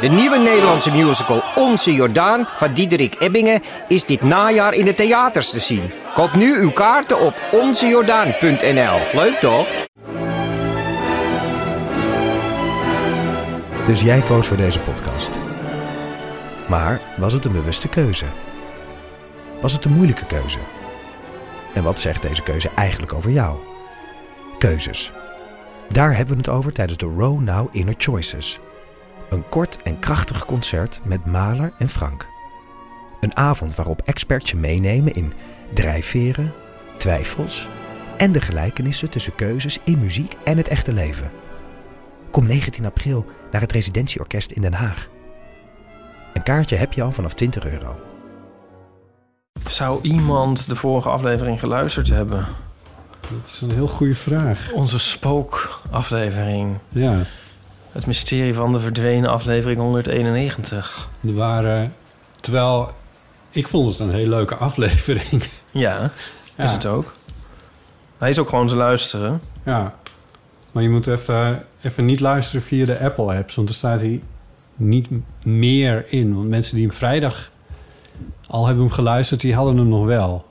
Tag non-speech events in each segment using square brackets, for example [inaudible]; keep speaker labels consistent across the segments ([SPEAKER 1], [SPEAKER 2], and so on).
[SPEAKER 1] De nieuwe Nederlandse musical Onze Jordaan van Diederik Ebbingen is dit najaar in de theaters te zien. Koop nu uw kaarten op onzejordaan.nl. Leuk toch?
[SPEAKER 2] Dus jij koos voor deze podcast. Maar was het een bewuste keuze? Was het een moeilijke keuze? En wat zegt deze keuze eigenlijk over jou? Keuzes. Daar hebben we het over tijdens de Row Now Inner Choices. Een kort en krachtig concert met Maler en Frank. Een avond waarop experts je meenemen in drijfveren, twijfels en de gelijkenissen tussen keuzes in muziek en het echte leven. Kom 19 april naar het Residentieorkest in Den Haag. Een kaartje heb je al vanaf 20 euro.
[SPEAKER 3] Zou iemand de vorige aflevering geluisterd hebben?
[SPEAKER 4] Dat is een heel goede vraag.
[SPEAKER 3] Onze spookaflevering.
[SPEAKER 4] Ja,
[SPEAKER 3] Het mysterie van de verdwenen aflevering 191.
[SPEAKER 4] er waren... Terwijl, ik vond het een hele leuke aflevering.
[SPEAKER 3] Ja, [laughs]
[SPEAKER 4] Ja,
[SPEAKER 3] is het ook. Hij is ook gewoon te luisteren.
[SPEAKER 4] Ja. Maar je moet even, even niet luisteren via de Apple-apps. Want er staat hij niet m- meer in. Want mensen die hem vrijdag al hebben hem geluisterd... die hadden hem nog wel.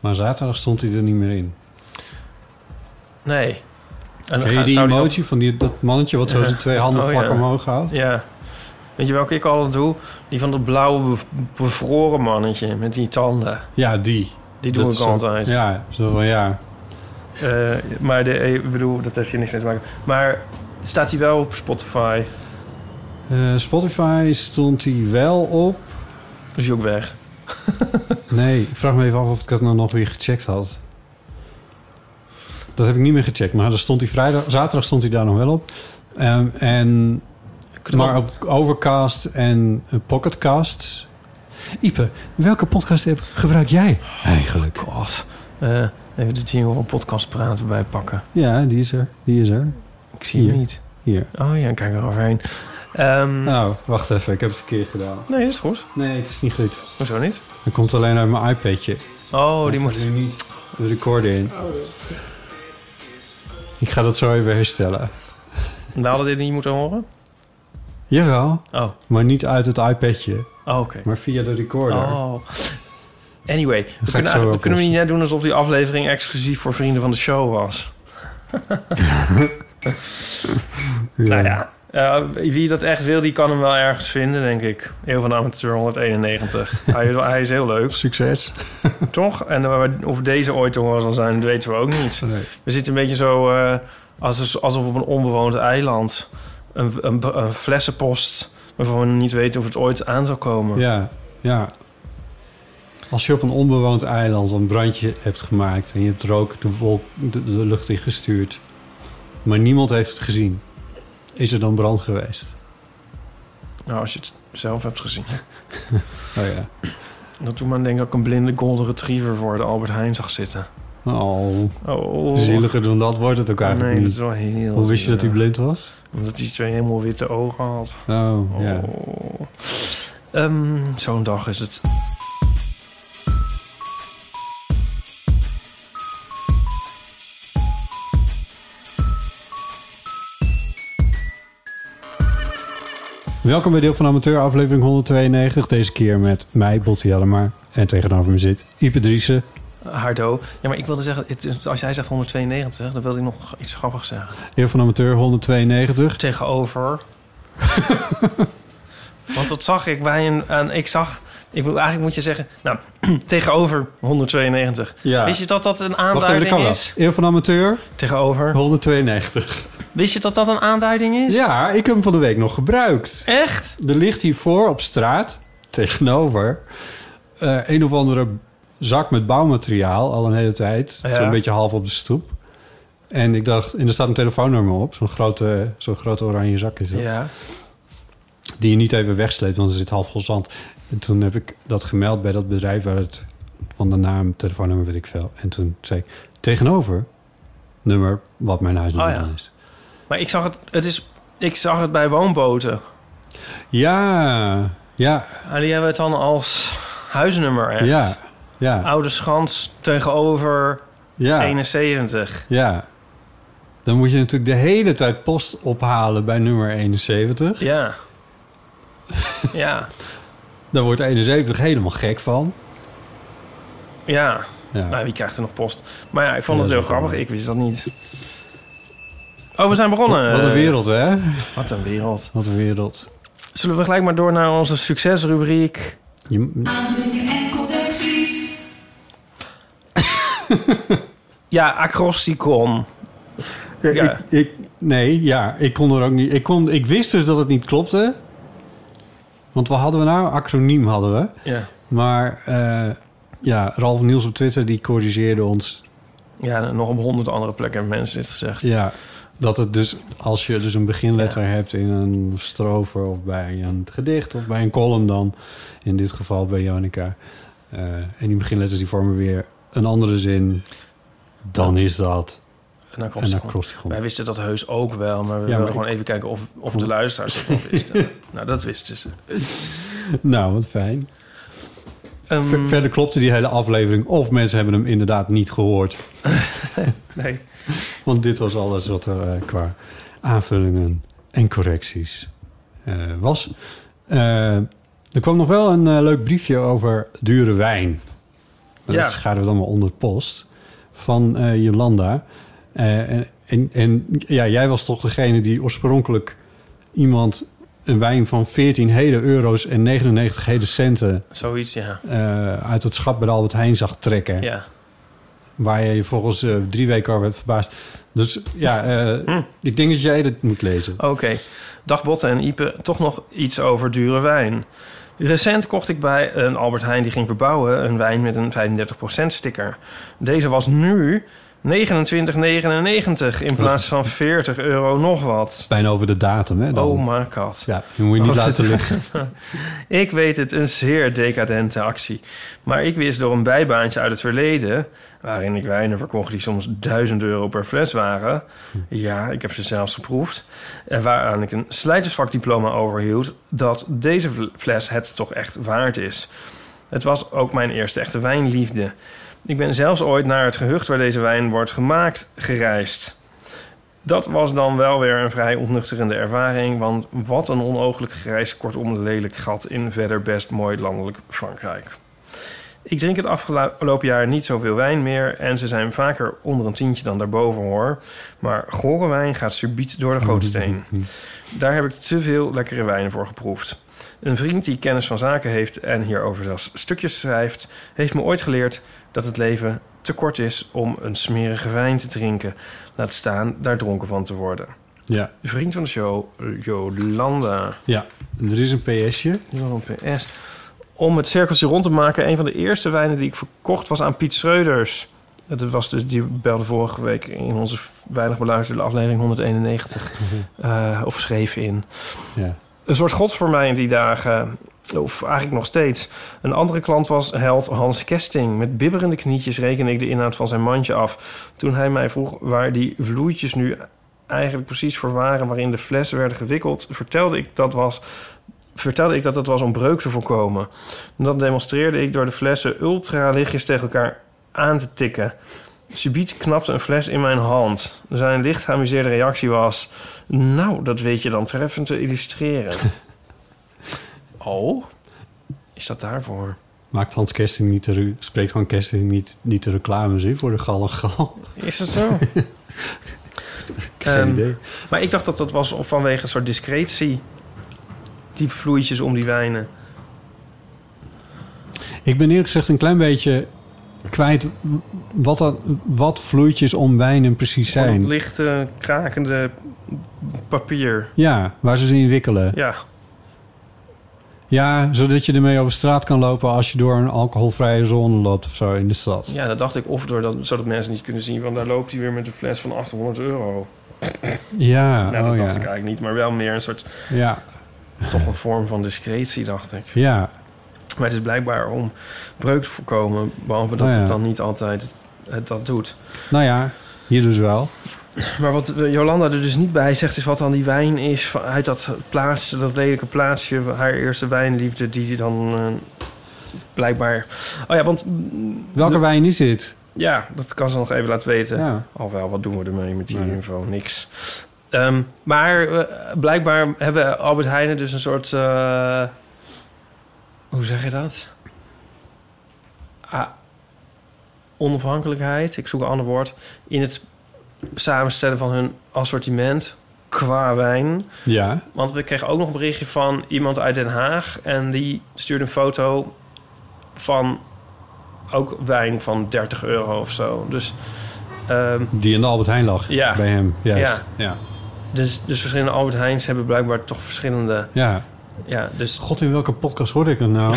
[SPEAKER 4] Maar zaterdag stond hij er niet meer in.
[SPEAKER 3] Nee. En
[SPEAKER 4] Ken je
[SPEAKER 3] ga-
[SPEAKER 4] die
[SPEAKER 3] zou die
[SPEAKER 4] emotie van die, dat mannetje... wat zo zijn twee handen
[SPEAKER 3] Oh,
[SPEAKER 4] vlak
[SPEAKER 3] ja.
[SPEAKER 4] omhoog houdt?
[SPEAKER 3] ook- Ja. Weet je welke ik altijd doe? Die van dat blauwe be- bevroren mannetje met die tanden.
[SPEAKER 4] Ja, die.
[SPEAKER 3] Die doe
[SPEAKER 4] Dat
[SPEAKER 3] ik
[SPEAKER 4] is zo-
[SPEAKER 3] altijd.
[SPEAKER 4] Ja, zo van ja.
[SPEAKER 3] Eh, maar de, ik bedoel, dat heeft hier niks mee te maken. Maar staat hij wel op Spotify?
[SPEAKER 4] Eh, Spotify stond hij wel op.
[SPEAKER 3] Is hij ook weg?
[SPEAKER 4] Nee, ik vraag me even af of ik dat nou nog weer gecheckt had. Dat heb ik niet meer gecheckt, maar daar stond hij vrijdag, zaterdag stond hij daar nog wel op. Ehm, en, maar op Overcast en eh, Pocketcast. Ipe, welke podcast app gebruik jij eigenlijk?
[SPEAKER 3] God. Eh, even de jingle van podcast praten bijpakken.
[SPEAKER 4] Ja, die is er. Die is er.
[SPEAKER 3] Ik zie hem
[SPEAKER 4] Hier.
[SPEAKER 3] niet.
[SPEAKER 4] Hier.
[SPEAKER 3] Oh ja, kijk eroverheen. Ehm
[SPEAKER 4] Nou, wacht even. Ik heb het verkeerd gedaan.
[SPEAKER 3] Nee, dat is goed.
[SPEAKER 4] Nee, het is niet goed.
[SPEAKER 3] Hoezo niet?
[SPEAKER 4] Dat komt alleen uit mijn iPadje.
[SPEAKER 3] Oh, die moet...
[SPEAKER 4] Er niet de recorden in. Ik ga dat zo even herstellen.
[SPEAKER 3] We hadden dit niet moeten horen?
[SPEAKER 4] Jawel,
[SPEAKER 3] Oh,
[SPEAKER 4] maar niet uit het iPadje,
[SPEAKER 3] oh oké.
[SPEAKER 4] maar via de recorder.
[SPEAKER 3] Oh. Anyway, we
[SPEAKER 4] ik
[SPEAKER 3] kunnen, eigenlijk-
[SPEAKER 4] zo
[SPEAKER 3] kunnen we
[SPEAKER 4] oplossen.
[SPEAKER 3] niet net doen alsof die aflevering exclusief voor vrienden van de show was. Nou ja, eh, wie dat echt wil, die kan hem wel ergens vinden, denk ik. Eeuw van de Amateur 191. hij, is- hij is heel
[SPEAKER 4] [laughs]
[SPEAKER 3] leuk,
[SPEAKER 4] Succes.
[SPEAKER 3] toch? En eh, of deze ooit te horen zal zijn, dat weten we ook niet. We zitten een beetje zo eh, als- alsof op een onbewoond eiland. Een, een, een flessenpost waarvan we niet weten of het ooit aan zal komen.
[SPEAKER 4] Ja, ja. Als je op een onbewoond eiland een brandje hebt gemaakt en je hebt rook de, wolk, de, de lucht in gestuurd, maar niemand heeft het gezien, is er dan brand geweest?
[SPEAKER 3] Nou, als je het zelf hebt gezien.
[SPEAKER 4] Oh ja.
[SPEAKER 3] Dat toen maar denk ik ook een blinde golden retriever voor de Albert Heijn zag zitten.
[SPEAKER 4] Oh,
[SPEAKER 3] Oh,
[SPEAKER 4] zieliger dan dat wordt het ook eigenlijk
[SPEAKER 3] Nee, dat is
[SPEAKER 4] niet.
[SPEAKER 3] wel heel...
[SPEAKER 4] Hoe wist je dat hij blind was?
[SPEAKER 3] Omdat hij twee helemaal witte ogen had.
[SPEAKER 4] Oh,
[SPEAKER 3] Oh.
[SPEAKER 4] ja.
[SPEAKER 3] Ehm, Zo'n dag is het.
[SPEAKER 4] Welkom bij Deel van Amateur, aflevering 192. Deze keer met mij, Botti Jellema. En tegenover me zit Ipe Driessen.
[SPEAKER 3] Hardo. Ja, maar ik wilde zeggen, het- als jij zegt 192, dan wilde ik nog iets grappigs zeggen.
[SPEAKER 4] Deel van Amateur 192.
[SPEAKER 3] tegenover.
[SPEAKER 4] [laughs]
[SPEAKER 3] Want dat zag ik bij een... aan- ik zag... Ik wil, eigenlijk moet je zeggen... Nou, [clears throat] tegenover 192.
[SPEAKER 4] Ja.
[SPEAKER 3] Wist je dat dat een
[SPEAKER 4] Wacht even, dat
[SPEAKER 3] aanduiding
[SPEAKER 4] kan wel.
[SPEAKER 3] is?
[SPEAKER 4] Eeuw van Amateur
[SPEAKER 3] Tegenover.
[SPEAKER 4] 192.
[SPEAKER 3] Wist je dat dat een aanduiding is?
[SPEAKER 4] Ja, ik heb hem van de week nog gebruikt.
[SPEAKER 3] Echt?
[SPEAKER 4] Er ligt hiervoor op straat, tegenover, eh, een of andere zak met bouwmateriaal al een hele tijd.
[SPEAKER 3] Ja.
[SPEAKER 4] Zo'n beetje half op de stoep. En ik dacht, en er staat een telefoonnummer op, zo'n grote, zo'n grote oranje zak is dat.
[SPEAKER 3] Ja.
[SPEAKER 4] die je niet even wegsleept, want er zit half vol zand. En toen heb ik dat gemeld bij dat bedrijf waar het van de naam, telefoonnummer, weet ik veel. En toen zei ik tegenover nummer wat mijn huisnummer
[SPEAKER 3] Oh ja.
[SPEAKER 4] dan is.
[SPEAKER 3] Maar ik zag het... het is, ik zag het bij woonboten.
[SPEAKER 4] Ja, ja,
[SPEAKER 3] En die hebben het dan als huisnummer echt. Ah,
[SPEAKER 4] ja, ja,
[SPEAKER 3] Oude Schans tegenover
[SPEAKER 4] ja,
[SPEAKER 3] 71.
[SPEAKER 4] ja. Dan moet je natuurlijk de hele tijd post ophalen bij nummer 71.
[SPEAKER 3] Ja. Ja,
[SPEAKER 4] Daar wordt 71 helemaal gek van.
[SPEAKER 3] ja.
[SPEAKER 4] Ja.
[SPEAKER 3] Nou, wie krijgt er nog post? Maar ja, ik vond
[SPEAKER 4] Ja,
[SPEAKER 3] het
[SPEAKER 4] dat
[SPEAKER 3] heel
[SPEAKER 4] is wel
[SPEAKER 3] grappig. Ik wist dat niet. Oh, we zijn begonnen.
[SPEAKER 4] Wat een wereld, hè?
[SPEAKER 3] Wat een wereld.
[SPEAKER 4] Wat een wereld.
[SPEAKER 3] Zullen we gelijk maar door naar onze succesrubriek?
[SPEAKER 4] Je,
[SPEAKER 3] Ja, acrosticon.
[SPEAKER 4] Ja,
[SPEAKER 3] Ja.
[SPEAKER 4] Eh, Ik, ik- nee, ja, ik kon er ook niet. Ik, kon, ik wist dus dat het niet klopte. Want wat hadden we nou? Acroniem hadden we.
[SPEAKER 3] Ja.
[SPEAKER 4] Maar eh, ja, Ralf Niels op Twitter die corrigeerde ons.
[SPEAKER 3] Ja, nog op honderd andere plekken hebben mensen dit gezegd.
[SPEAKER 4] Ja, dat het dus als je dus een beginletter hebt in een strofe of bij een gedicht of bij een column dan. In dit geval bij Jonica. eh, en die beginletters die vormen weer een andere zin. Dan is dat
[SPEAKER 3] Een
[SPEAKER 4] een
[SPEAKER 3] acrosticon.
[SPEAKER 4] acrosticon.
[SPEAKER 3] Wij wisten dat heus ook wel, maar we
[SPEAKER 4] maar
[SPEAKER 3] wilden
[SPEAKER 4] ik-
[SPEAKER 3] gewoon even kijken of, of de luisteraars het wel wisten.
[SPEAKER 4] [laughs]
[SPEAKER 3] nou, dat wisten ze.
[SPEAKER 4] Nou, wat fijn.
[SPEAKER 3] Ehm,
[SPEAKER 4] Ver- verder klopte die hele aflevering. Of mensen hebben hem inderdaad niet gehoord.
[SPEAKER 3] nee.
[SPEAKER 4] Want dit was alles wat er eh, qua aanvullingen en correcties eh, was. Eh, er kwam nog wel een eh, leuk briefje over dure wijn. Maar
[SPEAKER 3] Ja.
[SPEAKER 4] Dat scharen we dan maar onder post. Van eh, Jolanda. Eh, en en, en ja, jij was toch degene die oorspronkelijk iemand een wijn van 14 hele euro's en 99 hele centen
[SPEAKER 3] Zoiets, ja.
[SPEAKER 4] eh, uit het schap bij de Albert Heijn zag trekken.
[SPEAKER 3] Ja,
[SPEAKER 4] Waar je je volgens eh, drie weken over hebt verbaasd. Dus ja, eh,
[SPEAKER 3] Hm.
[SPEAKER 4] ik denk dat jij dat moet lezen.
[SPEAKER 3] oké. Dag Botte en Ipe, toch nog iets over dure wijn. Recent kocht ik bij een Albert Heijn die ging verbouwen een wijn met een 35% sticker. Deze was nu 29,99 in plaats van 40 euro nog wat.
[SPEAKER 4] Bijna over de datum, hè? Dan.
[SPEAKER 3] Oh my god.
[SPEAKER 4] ja, die moet je niet
[SPEAKER 3] Oh,
[SPEAKER 4] laten
[SPEAKER 3] dit-
[SPEAKER 4] liggen.
[SPEAKER 3] Ik weet het, een zeer decadente actie. Maar ik wist door een bijbaantje uit het verleden... waarin ik wijnen verkocht die soms 1000 euro per fles waren... ja, ik heb ze zelfs geproefd... en waaraan ik een slijtersvakdiploma overhield... dat deze vl- fles het toch echt waard is. Het was ook mijn eerste echte wijnliefde. Ik ben zelfs ooit naar het gehucht waar deze wijn wordt gemaakt gereisd... Dat was dan wel weer een vrij ontnuchterende ervaring, want wat een onooglijk grijs, kortom lelijk gat in verder best mooi landelijk Frankrijk. Ik drink het afgelopen jaar niet zoveel wijn meer en ze zijn vaker onder een tientje dan daarboven hoor. Maar gore wijn gaat subiet door de
[SPEAKER 4] Mm-hmm.
[SPEAKER 3] gootsteen. Daar heb ik te veel lekkere wijnen voor geproefd. Een vriend die kennis van zaken heeft en hierover zelfs stukjes schrijft, heeft me ooit geleerd dat het leven te kort is om een smerige wijn te drinken. Laat staan daar dronken van te worden.
[SPEAKER 4] Ja,
[SPEAKER 3] Vriend van de show, Jolanda.
[SPEAKER 4] ja. Er is een PSje.
[SPEAKER 3] Die was op PS. Om het cirkeltje rond te maken, een van de eerste wijnen die ik verkocht was aan Piet Schreuders. Dat was dus, die belde vorige week in onze weinig beluisterde aflevering 191. eh, of schreef in.
[SPEAKER 4] Ja.
[SPEAKER 3] Een soort god voor mij in die dagen. Of eigenlijk nog steeds. Een andere klant was held Hans Kesting. Met bibberende knietjes rekende ik de inhoud van zijn mandje af. Toen hij mij vroeg waar die vloeitjes nu eigenlijk precies voor waren... waarin de flessen werden gewikkeld... vertelde ik dat was vertelde ik dat het was om breuk te voorkomen. Dat demonstreerde ik door de flessen ultralichtjes tegen elkaar aan te tikken. Subiet knapte een fles in mijn hand. Zijn licht geamuseerde reactie was... Nou, dat weet je dan treffend te illustreren. [laughs] oh? Is dat daarvoor?
[SPEAKER 4] Maakt Hans Kersting niet de, ru- spreekt Hans Kersting niet, niet de reclames in voor de gal en [laughs] gal?
[SPEAKER 3] Is dat zo?
[SPEAKER 4] Geen
[SPEAKER 3] Ehm,
[SPEAKER 4] idee.
[SPEAKER 3] [laughs] Maar ik dacht dat dat was vanwege een soort discretie. Die vloeitjes om die wijnen.
[SPEAKER 4] Ik ben eerlijk gezegd een klein beetje kwijt wat, dat, wat vloeitjes om wijnen precies
[SPEAKER 3] Van
[SPEAKER 4] zijn.
[SPEAKER 3] lichte, krakende papier.
[SPEAKER 4] Ja, waar ze ze in wikkelen.
[SPEAKER 3] Ja,
[SPEAKER 4] Ja, zodat je ermee over straat kan lopen als je door een alcoholvrije zone loopt of zo in de stad.
[SPEAKER 3] Ja, dat dacht ik. Of door dat, zodat mensen niet kunnen zien... want daar loopt hij weer met een fles van 800 euro.
[SPEAKER 4] Ja,
[SPEAKER 3] nou, dat
[SPEAKER 4] oh
[SPEAKER 3] dacht
[SPEAKER 4] ja.
[SPEAKER 3] ik eigenlijk niet. Maar wel meer een soort...
[SPEAKER 4] ja.
[SPEAKER 3] toch een vorm van discretie, dacht ik.
[SPEAKER 4] Ja,
[SPEAKER 3] Maar het is blijkbaar om breuk te voorkomen... behalve dat
[SPEAKER 4] Nou ja.
[SPEAKER 3] het dan niet altijd het dat doet.
[SPEAKER 4] nou ja, hier dus wel.
[SPEAKER 3] Maar wat eh, Jolanda er dus niet bij zegt... is wat dan die wijn is van- uit dat plaatsje... dat lelijke plaatsje, haar eerste wijnliefde... die ze dan eh, blijkbaar... Oh ja, want... mm,
[SPEAKER 4] Welke
[SPEAKER 3] de-
[SPEAKER 4] wijn is dit?
[SPEAKER 3] Ja, dat kan ze nog even laten weten.
[SPEAKER 4] Ja.
[SPEAKER 3] Al wel, wat doen we ermee met die
[SPEAKER 4] Nee.
[SPEAKER 3] info? Niks. Ehm, maar eh, blijkbaar hebben Albert Heijn dus een soort... eh, hoe zeg je dat? Ah, onafhankelijkheid, ik zoek een ander woord... in het samenstellen van hun assortiment qua wijn.
[SPEAKER 4] Ja.
[SPEAKER 3] Want we kregen ook nog een berichtje van iemand uit Den Haag... en die stuurde een foto van ook wijn van 30 euro of zo. Dus... ehm,
[SPEAKER 4] Die in de Albert Heijn lag.
[SPEAKER 3] Ja.
[SPEAKER 4] Bij hem. Juist.
[SPEAKER 3] Ja.
[SPEAKER 4] Ja.
[SPEAKER 3] Dus, dus verschillende Albert Heijns hebben blijkbaar toch verschillende...
[SPEAKER 4] ja.
[SPEAKER 3] Ja, dus
[SPEAKER 4] God, in welke podcast hoorde ik het
[SPEAKER 3] [laughs]
[SPEAKER 4] nou?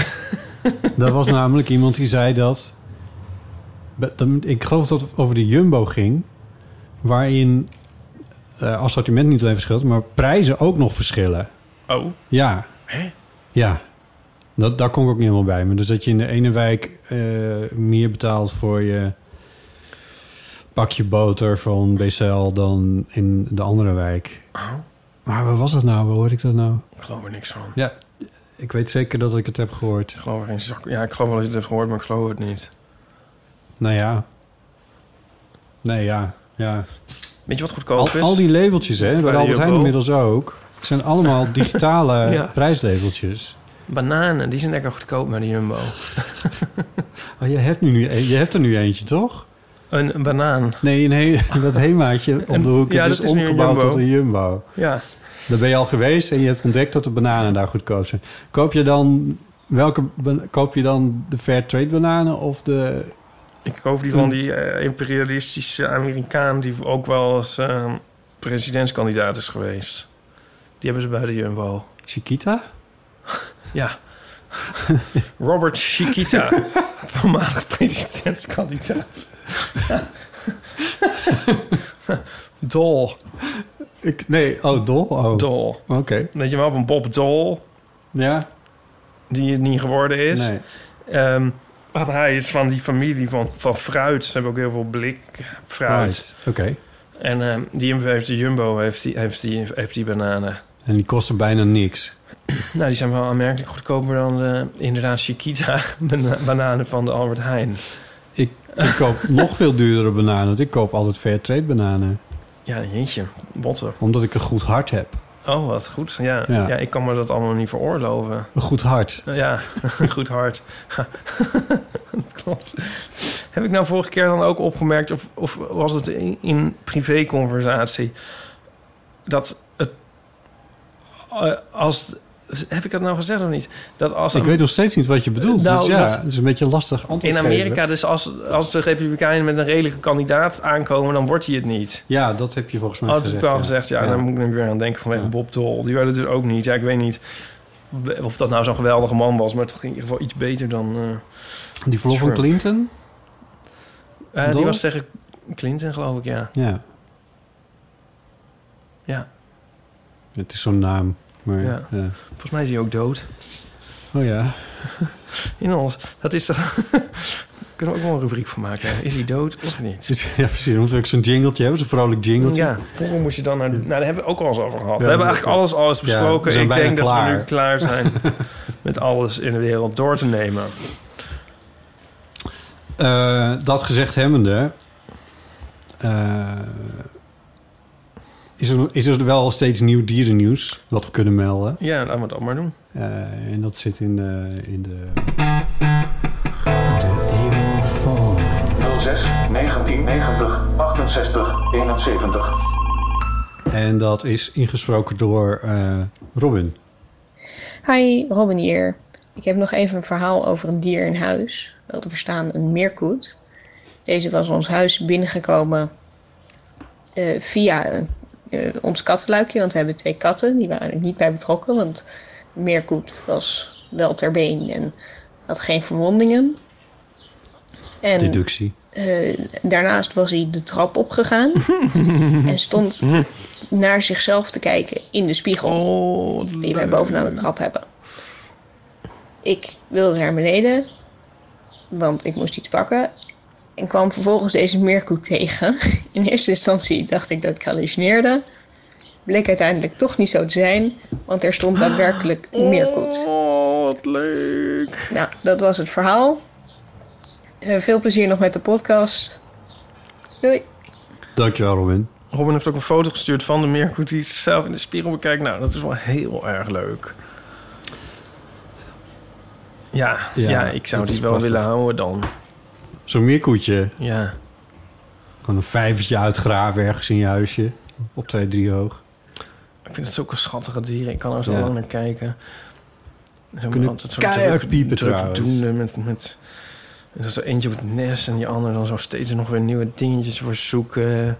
[SPEAKER 4] Daar was namelijk iemand die zei dat... dat- Ik geloof dat het over de Jumbo ging. Waarin eh, assortiment niet alleen verschilt... maar prijzen ook nog verschillen.
[SPEAKER 3] Oh,
[SPEAKER 4] Ja.
[SPEAKER 3] Hè?
[SPEAKER 4] Ja. Dat, daar kom ik ook niet helemaal bij. Maar dus dat je in de ene wijk eh, meer betaalt voor je pakje boter van BCL dan in de andere wijk. Maar waar was dat nou? Waar hoor ik dat nou?
[SPEAKER 3] ik geloof er niks van.
[SPEAKER 4] Ja, ik weet zeker dat ik het heb gehoord.
[SPEAKER 3] Ik geloof er geen zak. Ja, ik geloof wel dat je het hebt gehoord, maar ik geloof het niet.
[SPEAKER 4] Nou ja. Nee, ja. ja.
[SPEAKER 3] Weet je wat
[SPEAKER 4] Al,
[SPEAKER 3] goedkoop is?
[SPEAKER 4] al die labeltjes, hè, bij
[SPEAKER 3] Bij de
[SPEAKER 4] Albert Heijn
[SPEAKER 3] Jumbo.
[SPEAKER 4] inmiddels ook. Het zijn allemaal digitale
[SPEAKER 3] Ja.
[SPEAKER 4] prijslabeltjes.
[SPEAKER 3] Bananen, die zijn lekker goedkoop met de Jumbo.
[SPEAKER 4] Oh, je hebt, nu, nu- je hebt er nu eentje, toch?
[SPEAKER 3] Een, een banaan,
[SPEAKER 4] Nee, een he- [laughs] dat hemaatje om
[SPEAKER 3] En-
[SPEAKER 4] de hoek
[SPEAKER 3] ja,
[SPEAKER 4] het is,
[SPEAKER 3] dat is nu een
[SPEAKER 4] omgebouwd
[SPEAKER 3] Jumbo.
[SPEAKER 4] tot een jumbo.
[SPEAKER 3] ja.
[SPEAKER 4] Daar ben je al geweest en je hebt ontdekt dat de bananen daar goedkoop zijn. Koop je dan, welke, ban- koop je dan de fair trade bananen of de...
[SPEAKER 3] Ik koop die van die eh, imperialistische Amerikaan... die ook wel eens eh, presidentskandidaat is geweest. Die hebben ze bij de Jumbo.
[SPEAKER 4] Chiquita?
[SPEAKER 3] Ja. Robert Chiquita,
[SPEAKER 4] [laughs]
[SPEAKER 3] voormalig presidentskandidaat. Dol,
[SPEAKER 4] Ik, nee, oh, dol? Oh,
[SPEAKER 3] dol.
[SPEAKER 4] Oké.
[SPEAKER 3] Weet je wel, van Bob Dol,
[SPEAKER 4] Ja?
[SPEAKER 3] die het niet geworden is.
[SPEAKER 4] Nee.
[SPEAKER 3] Ehm, maar hij is van die familie van, van fruit. Ze hebben ook heel veel blikfruit.
[SPEAKER 4] Right. Oké.
[SPEAKER 3] En ehm, die heeft de Jumbo, heeft die, heeft, die, heeft die bananen.
[SPEAKER 4] En die kosten bijna niks.
[SPEAKER 3] Nou, die zijn wel aanmerkelijk goedkoper dan de, inderdaad Chiquita [laughs] bana- bananen van de Albert Heijn.
[SPEAKER 4] Ik, ik
[SPEAKER 3] [laughs]
[SPEAKER 4] koop nog veel duurdere bananen, want ik koop altijd fair trade bananen.
[SPEAKER 3] Ja, jeetje, botten.
[SPEAKER 4] Omdat ik een goed hart heb.
[SPEAKER 3] Oh, wat goed. Ja,
[SPEAKER 4] Ja.
[SPEAKER 3] ja. ik kan me dat allemaal niet veroorloven.
[SPEAKER 4] Een goed hart.
[SPEAKER 3] Nou Ja, [laughs] goed hard. [laughs] dat klopt. Heb ik nou vorige keer dan ook opgemerkt, of, of was het in, in privéconversatie, dat het. eh, als, heb ik dat nou gezegd of niet? Dat als
[SPEAKER 4] Ik weet nog steeds niet wat je bedoelt.
[SPEAKER 3] Nou,
[SPEAKER 4] dus ja,
[SPEAKER 3] dat-
[SPEAKER 4] het is een beetje een lastig antwoord
[SPEAKER 3] in
[SPEAKER 4] geven.
[SPEAKER 3] Amerika, dus als, als de Republikeinen met een redelijke kandidaat aankomen, dan wordt hij het niet.
[SPEAKER 4] Ja, dat heb je volgens mij
[SPEAKER 3] Altijd
[SPEAKER 4] gezegd.
[SPEAKER 3] wel gezegd, ja,
[SPEAKER 4] Ja.
[SPEAKER 3] daar moet ik weer aan denken vanwege
[SPEAKER 4] Ja.
[SPEAKER 3] Bob Dole. Die werd het dus ook niet. Ja, ik weet niet of dat nou zo'n geweldige man was, maar het ging in ieder geval iets beter dan. eh,
[SPEAKER 4] Die verlof van
[SPEAKER 3] Sure.
[SPEAKER 4] Clinton?
[SPEAKER 3] eh, die
[SPEAKER 4] Dole?
[SPEAKER 3] was tegen Clinton, geloof ik, ja.
[SPEAKER 4] Ja.
[SPEAKER 3] Ja.
[SPEAKER 4] Het is zo'n naam. Maar, ja.
[SPEAKER 3] Ja. Volgens mij is hij ook dood.
[SPEAKER 4] Oh ja. [laughs]
[SPEAKER 3] In ons, dat is toch. [laughs] kunnen we ook wel een rubriek van maken? hè? Is hij dood of niet?
[SPEAKER 4] Zit- Ja, precies. Dan moeten we ook zo'n jingletje hebben. Zo'n vrolijk jingletje.
[SPEAKER 3] Ja, vroeger moest je dan naar... Nou, daar hebben we ook al eens over gehad.
[SPEAKER 4] Ja,
[SPEAKER 3] we hebben
[SPEAKER 4] dat
[SPEAKER 3] eigenlijk alles al eens
[SPEAKER 4] Ja, we
[SPEAKER 3] besproken.
[SPEAKER 4] zijn
[SPEAKER 3] ik
[SPEAKER 4] bijna
[SPEAKER 3] denk dat
[SPEAKER 4] klaar.
[SPEAKER 3] we nu klaar zijn [laughs] met alles in de wereld door te nemen.
[SPEAKER 4] Eh, dat gezegd hebbende... eh, is, er, is er wel steeds nieuw dierennieuws wat we kunnen melden.
[SPEAKER 3] Ja, laten we dat maar doen.
[SPEAKER 4] Eh, en dat zit in de... In de
[SPEAKER 5] 06 1990 68 71.
[SPEAKER 4] en dat is ingesproken door eh, Robin.
[SPEAKER 6] Hi, Robin hier. Ik heb nog even een verhaal over een dier in huis. Wel te verstaan, een meerkoet. Deze was ons huis binnengekomen eh, via eh, ons kattenluikje. Want we hebben twee katten. Die waren er niet bij betrokken. Want de meerkoet was wel ter been en had geen verwondingen. En
[SPEAKER 4] Deductie.
[SPEAKER 6] eh, daarnaast was hij de trap opgegaan. en stond naar zichzelf te kijken in de spiegel
[SPEAKER 3] Oh,
[SPEAKER 6] die wij bovenaan de trap hebben. Ik wilde naar beneden, want ik moest iets pakken. En kwam vervolgens deze meerkoet tegen. In eerste instantie dacht ik dat ik hallucineerde. Bleek uiteindelijk toch niet zo te zijn, want er stond daadwerkelijk een meerkoet.
[SPEAKER 3] Oh, wat leuk.
[SPEAKER 6] Nou, dat was het verhaal. Eh, veel plezier nog met de podcast. Doei!
[SPEAKER 4] Dankjewel, Robin.
[SPEAKER 3] Robin heeft ook een foto gestuurd van de meerkoet die zichzelf in de spiegel bekijkt. Nou, dat is wel heel erg leuk. Ja, ja,
[SPEAKER 4] Ja,
[SPEAKER 3] ik zou
[SPEAKER 4] dat
[SPEAKER 3] die
[SPEAKER 4] is
[SPEAKER 3] wel
[SPEAKER 4] prachtig.
[SPEAKER 3] willen houden dan.
[SPEAKER 4] Zo'n meerkoetje.
[SPEAKER 3] Ja.
[SPEAKER 4] Gewoon een vijvertje uitgraven ergens in je huisje. Op twee, drie hoog.
[SPEAKER 3] Ik vind het zulke schattige dieren. Ik kan er zo
[SPEAKER 4] Ja.
[SPEAKER 3] lang naar kijken. Zo
[SPEAKER 4] Kunnen
[SPEAKER 3] altijd zo
[SPEAKER 4] keihard
[SPEAKER 3] druk-
[SPEAKER 4] piepen
[SPEAKER 3] druk
[SPEAKER 4] trouwens.
[SPEAKER 3] doende met, met... en Dat is er eentje op het nest en die ander dan zo steeds nog weer nieuwe dingetjes voor zoeken.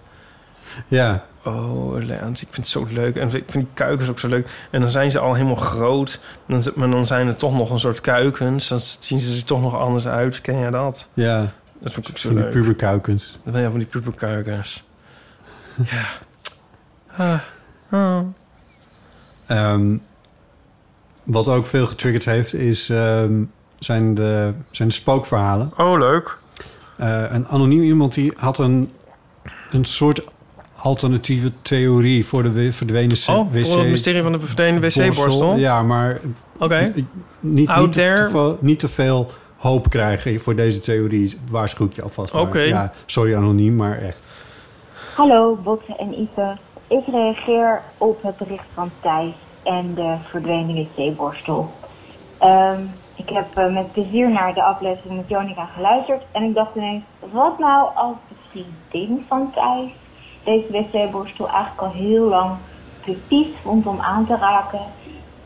[SPEAKER 4] Ja,
[SPEAKER 3] Oh, Leans, ik vind het zo leuk. En ik vind die kuikens ook zo leuk. En dan zijn ze al helemaal groot. En dan, maar dan zijn er toch nog een soort kuikens. Dan zien ze er toch nog anders uit. Ken jij dat?
[SPEAKER 4] ja.
[SPEAKER 3] Dat vind ik ook zo
[SPEAKER 4] Van die
[SPEAKER 3] leuk.
[SPEAKER 4] puberkuikens.
[SPEAKER 3] Dat ben je van die
[SPEAKER 4] [laughs]
[SPEAKER 3] puberkuikens. ja. Ah. Ah.
[SPEAKER 4] Ehm, wat ook veel getriggerd heeft, is, ehm, zijn, de, zijn de spookverhalen.
[SPEAKER 3] Oh, leuk.
[SPEAKER 4] Eh, een anoniem iemand die had een, een soort alternatieve theorie voor de we- verdwenen c-
[SPEAKER 3] Oh,
[SPEAKER 4] wc.
[SPEAKER 3] voor het mysterie van de verdwenen wc-borstel.
[SPEAKER 4] Ja, maar
[SPEAKER 3] Oké.
[SPEAKER 4] ik- niet,
[SPEAKER 3] Out
[SPEAKER 4] niet, te-
[SPEAKER 3] there.
[SPEAKER 4] Te, veel- niet te veel hoop krijgen voor deze theorie. Waarschuw ik je alvast. maar
[SPEAKER 3] Oké.
[SPEAKER 4] Ja, sorry anoniem, maar echt.
[SPEAKER 7] Hallo Botte en Ipe. Ik reageer op het bericht van Thijs en de verdwenen wc-borstel. Ehm, ik heb eh, met plezier naar de aflevering met Jonica geluisterd en ik dacht ineens, wat nou als de vriendin van Thijs deze wc-borstel eigenlijk al heel lang precies vond om aan te raken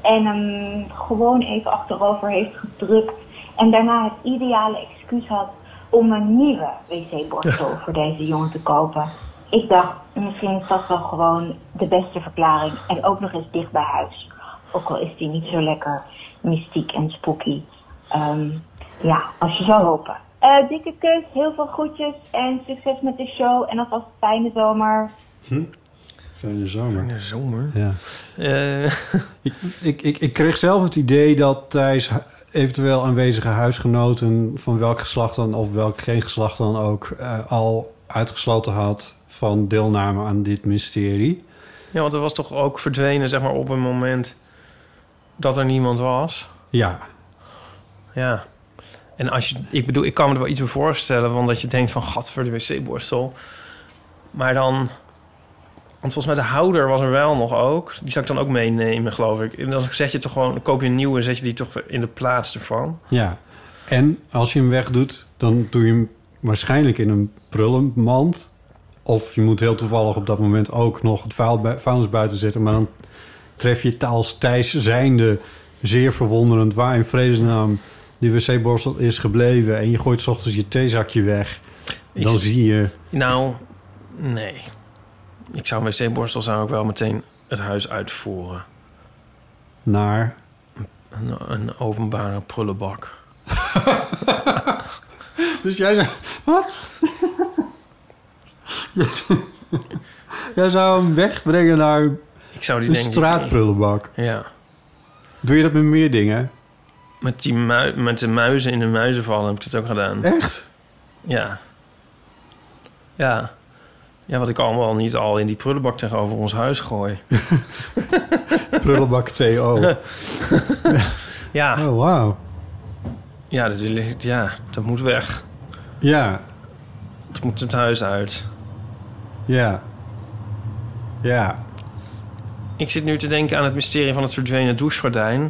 [SPEAKER 7] en hem gewoon even achterover heeft gedrukt en daarna het ideale excuus had om een nieuwe wc-borstel voor deze jongen te kopen. Ik dacht, misschien is dat wel gewoon de beste verklaring en ook nog eens dicht bij huis. Ook al is die niet zo lekker mystiek en spooky. Ehm, ja, als je zou hopen. Eh, dikke kus, heel veel groetjes en succes met de show en alvast fijne zomer.
[SPEAKER 4] Fijne zomer.
[SPEAKER 3] In de zomer.
[SPEAKER 4] Ja.
[SPEAKER 3] Eh, [laughs]
[SPEAKER 4] Ik, ik, ik, ik kreeg zelf het idee dat Thijs hu- eventueel aanwezige huisgenoten... van welk geslacht dan of welk geen geslacht dan ook... eh, al uitgesloten had van deelname aan dit mysterie.
[SPEAKER 3] ja, want er was toch ook verdwenen, zeg maar, op een moment dat er niemand was.
[SPEAKER 4] Ja,
[SPEAKER 3] Ja. En als je, ik bedoel, ik kan me er wel iets bij voorstellen, want dat je denkt van, gat voor de wc-borstel. Maar dan, want volgens mij de houder was er wel nog ook. Die zou ik dan ook meenemen, geloof ik. En dan zet je toch gewoon, dan koop je een nieuwe en zet je die toch in de plaats ervan.
[SPEAKER 4] ja. En als je hem wegdoet, dan doe je hem waarschijnlijk in een prullenmand. Of je moet heel toevallig op dat moment ook nog het vuil bui- vuilnis buiten zetten... maar dan tref je taals Thijs zijnde zeer verwonderend... waar in vredesnaam die wc-borstel is gebleven... en je gooit 's ochtends je theezakje weg.
[SPEAKER 3] Ik
[SPEAKER 4] dan
[SPEAKER 3] zit-
[SPEAKER 4] zie je...
[SPEAKER 3] Nou, nee. Ik zou een wc-borstel zou ik wel meteen het huis uitvoeren.
[SPEAKER 4] naar...
[SPEAKER 3] Een, een openbare prullenbak.
[SPEAKER 4] Dus jij zou... Wat? [laughs] jij zou hem wegbrengen naar
[SPEAKER 3] Ik zou die
[SPEAKER 4] een
[SPEAKER 3] denk ik-
[SPEAKER 4] straatprullenbak.
[SPEAKER 3] Ja.
[SPEAKER 4] Doe je dat met meer dingen?
[SPEAKER 3] Met, die mui- met de muizen in de muizenval heb ik dat ook gedaan.
[SPEAKER 4] Echt?
[SPEAKER 3] Ja. Ja. Ja, wat ik allemaal niet al in die prullenbak tegenover ons huis gooi.
[SPEAKER 4] Prullenbak
[SPEAKER 3] [laughs]
[SPEAKER 4] TO. Oh,
[SPEAKER 3] Ja,
[SPEAKER 4] wauw.
[SPEAKER 3] ja, dat, wil ik- ja dat moet weg.
[SPEAKER 4] Ja,
[SPEAKER 3] Dat moet het huis uit.
[SPEAKER 4] ja. Ja.
[SPEAKER 3] Ik zit nu te denken aan het mysterie van het verdwenen douchegordijn.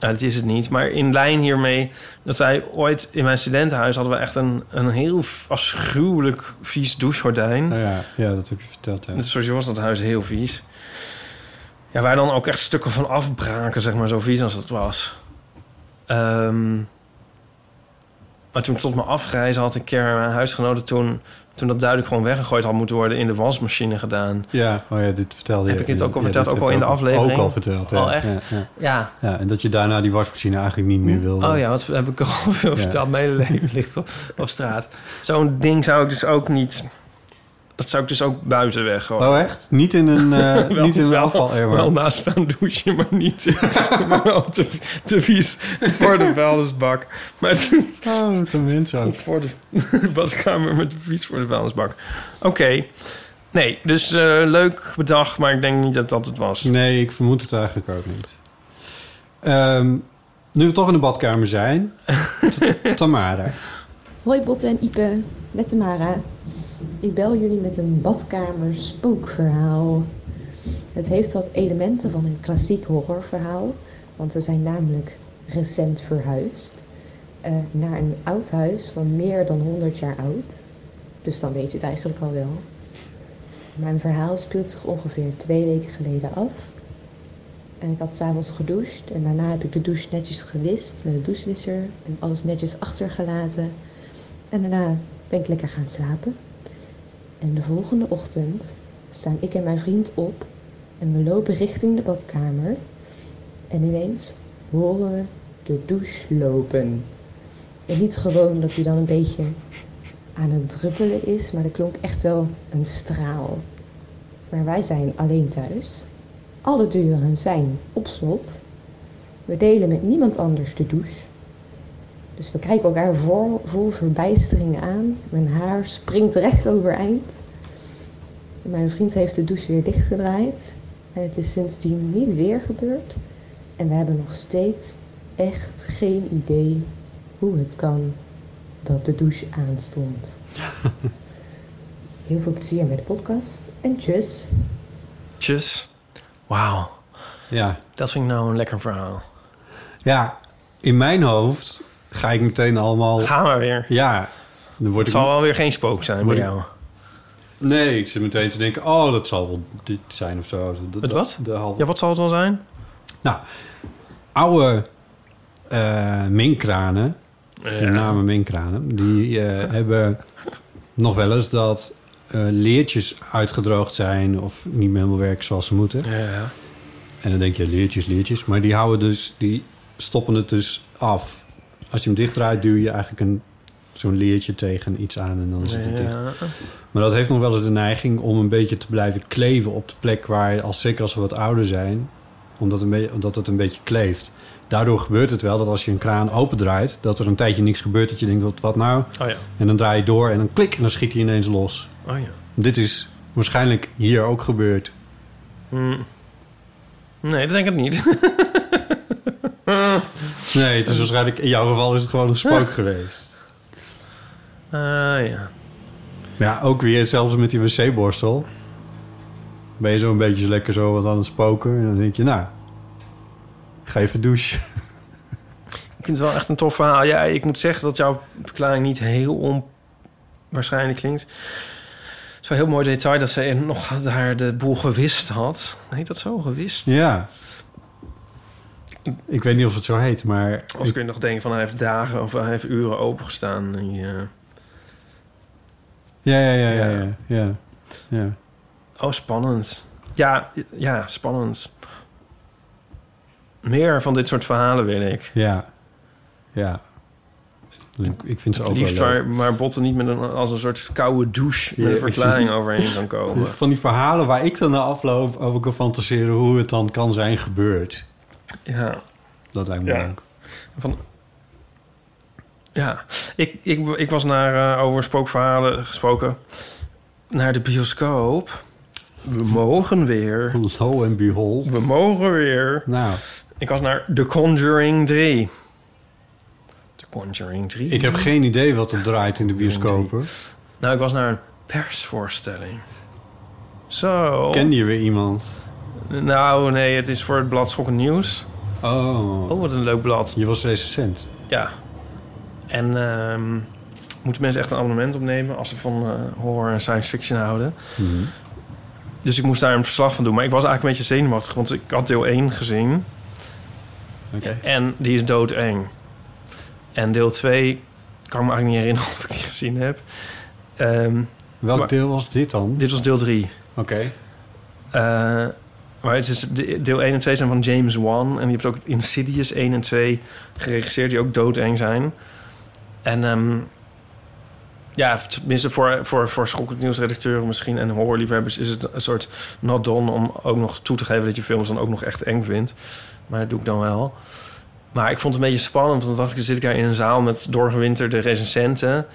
[SPEAKER 3] Nou, dat is het niet. Maar in lijn hiermee dat wij ooit in mijn studentenhuis hadden we echt een, een heel v- afschuwelijk vies douchegordijn.
[SPEAKER 4] Nou ja, ja, dat heb je verteld. hè.
[SPEAKER 3] Net Dus zoals je was dat huis heel vies. Ja, waar dan ook echt stukken van afbraken, zeg maar, zo vies als het was. Ehm, maar toen tot mijn afreizen had ik keer mijn huisgenoten toen, toen dat duidelijk gewoon weggegooid had moeten worden in de wasmachine gedaan.
[SPEAKER 4] Ja, oh ja, dit vertelde
[SPEAKER 3] Heb
[SPEAKER 4] je.
[SPEAKER 3] ik dit ook al
[SPEAKER 4] Ja,
[SPEAKER 3] verteld?
[SPEAKER 4] dit
[SPEAKER 3] Ook al
[SPEAKER 4] heb
[SPEAKER 3] in
[SPEAKER 4] ik
[SPEAKER 3] de aflevering?
[SPEAKER 4] Ook al verteld, ja.
[SPEAKER 3] Al echt?
[SPEAKER 4] Ja, ja.
[SPEAKER 3] Ja.
[SPEAKER 4] Ja, en dat je daarna die wasmachine eigenlijk niet meer wilde.
[SPEAKER 3] Oh ja, wat heb ik al [laughs] veel
[SPEAKER 4] Ja.
[SPEAKER 3] verteld. Mijn hele leven ligt op, op straat. Zo'n ding zou ik dus ook niet. Dat zou ik dus ook buiten weggooien.
[SPEAKER 4] Oh echt? Niet in
[SPEAKER 3] [laughs]
[SPEAKER 4] een, eh
[SPEAKER 3] Wel-
[SPEAKER 4] niet in een
[SPEAKER 3] wel-
[SPEAKER 4] afval
[SPEAKER 3] Wel naast aan douchen, maar niet. [laughs] maar wel te, te vies voor de vuilnisbak. Maar [laughs] toen
[SPEAKER 4] Oh, wat een mens ook.
[SPEAKER 3] voor de badkamer, maar te vies voor de vuilnisbak. Oké. Nee, dus eh, leuk bedacht, maar ik denk niet dat dat het was.
[SPEAKER 4] Nee, ik vermoed het eigenlijk ook niet.
[SPEAKER 3] [laughs]
[SPEAKER 4] Ehm, nu we toch in de badkamer zijn. T- Tamara.
[SPEAKER 8] Hoi Botte en Ipe, met Tamara. Ik bel jullie met een badkamer spookverhaal. Het heeft wat elementen van een klassiek horrorverhaal, want we zijn namelijk recent verhuisd eh, naar een oud huis van meer dan 100 jaar oud. Dus dan weet je het eigenlijk al wel. Mijn verhaal speelt zich ongeveer twee weken geleden af. En ik had s'avonds gedoucht en daarna heb ik de douche netjes gewist met de douchewisser en alles netjes achtergelaten. En daarna ben ik lekker gaan slapen. En de volgende ochtend staan ik en mijn vriend op en we lopen richting de badkamer. En ineens horen we de douche lopen. En niet gewoon dat hij dan een beetje aan het druppelen is, maar er klonk echt wel een straal. Maar wij zijn alleen thuis. Alle deuren zijn op slot. We delen met niemand anders de douche. Dus we kijken elkaar vol, vol verbijstering aan. Mijn haar springt recht overeind. Mijn vriend heeft de douche weer dichtgedraaid. En het is sindsdien niet weer gebeurd. En we hebben nog steeds echt geen idee hoe het kan dat de douche aanstond. Heel veel plezier met de podcast en tjus.
[SPEAKER 3] Tjus. Wauw.
[SPEAKER 4] Ja.
[SPEAKER 3] Dat vind ik nou een lekker verhaal.
[SPEAKER 4] ja, in mijn hoofd ga ik meteen allemaal...
[SPEAKER 3] Ga maar weer.
[SPEAKER 4] Ja, dan word
[SPEAKER 3] Het
[SPEAKER 4] ik...
[SPEAKER 3] zal wel weer geen spook zijn
[SPEAKER 4] Word
[SPEAKER 3] bij
[SPEAKER 4] ik-
[SPEAKER 3] jou.
[SPEAKER 4] Nee, ik zit meteen te denken, oh, dat zal wel dit zijn of zo. Dat-
[SPEAKER 3] Het wat?
[SPEAKER 4] De halve...
[SPEAKER 3] Ja, wat zal het wel zijn?
[SPEAKER 4] Nou, oude eh minkranen, met name minkranen, die eh, hebben nog wel eens dat eh, leertjes uitgedroogd zijn of niet meer helemaal werken zoals ze moeten.
[SPEAKER 3] Ja.
[SPEAKER 4] En dan denk je, leertjes, leertjes. Maar die houden dus, die stoppen het dus af. Als je hem dichtdraait, duw je eigenlijk een, zo'n leertje tegen iets aan en dan zit het dicht.
[SPEAKER 3] Ja.
[SPEAKER 4] Maar dat heeft nog wel eens de neiging om een beetje te blijven kleven op de plek waar, als, zeker als we wat ouder zijn, omdat, een beetje, omdat het een beetje kleeft. Daardoor gebeurt het wel dat als je een kraan opendraait, dat er een tijdje niks gebeurt. Dat je denkt, wat, wat nou?
[SPEAKER 3] Oh ja.
[SPEAKER 4] En dan draai je door en dan klik en dan schiet hij ineens los.
[SPEAKER 3] Oh ja.
[SPEAKER 4] Dit is waarschijnlijk hier ook gebeurd.
[SPEAKER 3] Hmm. Nee, dat denk ik niet. [laughs]
[SPEAKER 4] Nee, het is waarschijnlijk, in jouw geval is het gewoon een spook geweest.
[SPEAKER 3] Ah ja.
[SPEAKER 4] Maar ja, ook weer hetzelfde met die wc-borstel. Ben je zo een beetje lekker zo wat aan het spoken. En dan denk je, nou, ik ga even douchen.
[SPEAKER 3] Ik vind het wel echt een tof verhaal. Ja, ik moet zeggen dat jouw verklaring niet heel onwaarschijnlijk klinkt. Zo'n heel mooi detail dat ze nog daar de boel gewist had. Heet dat zo? Gewist?
[SPEAKER 4] Ja. Ik weet niet of het zo heet, maar...
[SPEAKER 3] Als kun je nog denken van hij heeft dagen of hij heeft uren opengestaan. Ja.
[SPEAKER 4] Ja, ja, ja, ja, ja. ja, ja.
[SPEAKER 3] Oh, spannend. Ja, ja, spannend. Meer van dit soort verhalen wil ik.
[SPEAKER 4] Ja. Ja. Ik, ik vind ze ook
[SPEAKER 3] Het liefst
[SPEAKER 4] wel leuk.
[SPEAKER 3] waar, waar botten niet met een, als een soort koude douche met
[SPEAKER 4] Ja.
[SPEAKER 3] een verklaring overheen kan
[SPEAKER 4] [laughs]
[SPEAKER 3] komen.
[SPEAKER 4] Dus Van die verhalen waar ik dan na afloop over kan fantaseren hoe het dan kan zijn gebeurd.
[SPEAKER 3] Ja,
[SPEAKER 4] Dat lijkt me
[SPEAKER 3] Ja.
[SPEAKER 4] leuk.
[SPEAKER 3] van, ja. Ik, ik, ik was naar, eh over spookverhalen gesproken naar de bioscoop. We mogen weer.
[SPEAKER 4] Lo and behold.
[SPEAKER 3] We mogen weer.
[SPEAKER 4] Nou,
[SPEAKER 3] Ik was naar The Conjuring 3. The Conjuring 3.
[SPEAKER 4] ik heb geen idee wat er draait in de bioscopen.
[SPEAKER 3] Nou, ik was naar een persvoorstelling. Zo.
[SPEAKER 4] Ken je weer iemand?
[SPEAKER 3] Nou, nee, het is voor het blad Schokken Nieuws.
[SPEAKER 4] Oh,
[SPEAKER 3] Oh, wat een leuk blad.
[SPEAKER 4] je was recensent.
[SPEAKER 3] Ja. En ehm, moeten mensen echt een abonnement opnemen als ze van eh, horror en science fiction houden. Dus ik moest daar een verslag van doen. Maar ik was eigenlijk een beetje zenuwachtig, want ik had deel 1 gezien.
[SPEAKER 4] Oké.
[SPEAKER 3] En die is doodeng. En deel 2 kan ik me eigenlijk niet herinneren [laughs] of ik die gezien heb. Ehm,
[SPEAKER 4] Welk
[SPEAKER 3] Maar-
[SPEAKER 4] deel was dit dan?
[SPEAKER 3] dit was deel 3.
[SPEAKER 4] Oké.
[SPEAKER 3] Eh, maar het is, de- deel 1 en 2 zijn van James Wan. En die heeft ook Insidious 1 en 2 geregisseerd, die ook doodeng zijn. En ehm, ja, tenminste voor, voor, voor schokkend nieuwsredacteuren misschien en horrorliefhebbers... is het een soort not done om ook nog toe te geven dat je films dan ook nog echt eng vindt. Maar dat doe ik dan wel. Maar ik vond het een beetje spannend, want dan dacht ik, dan zit ik daar in een zaal met doorgewinterde recensenten...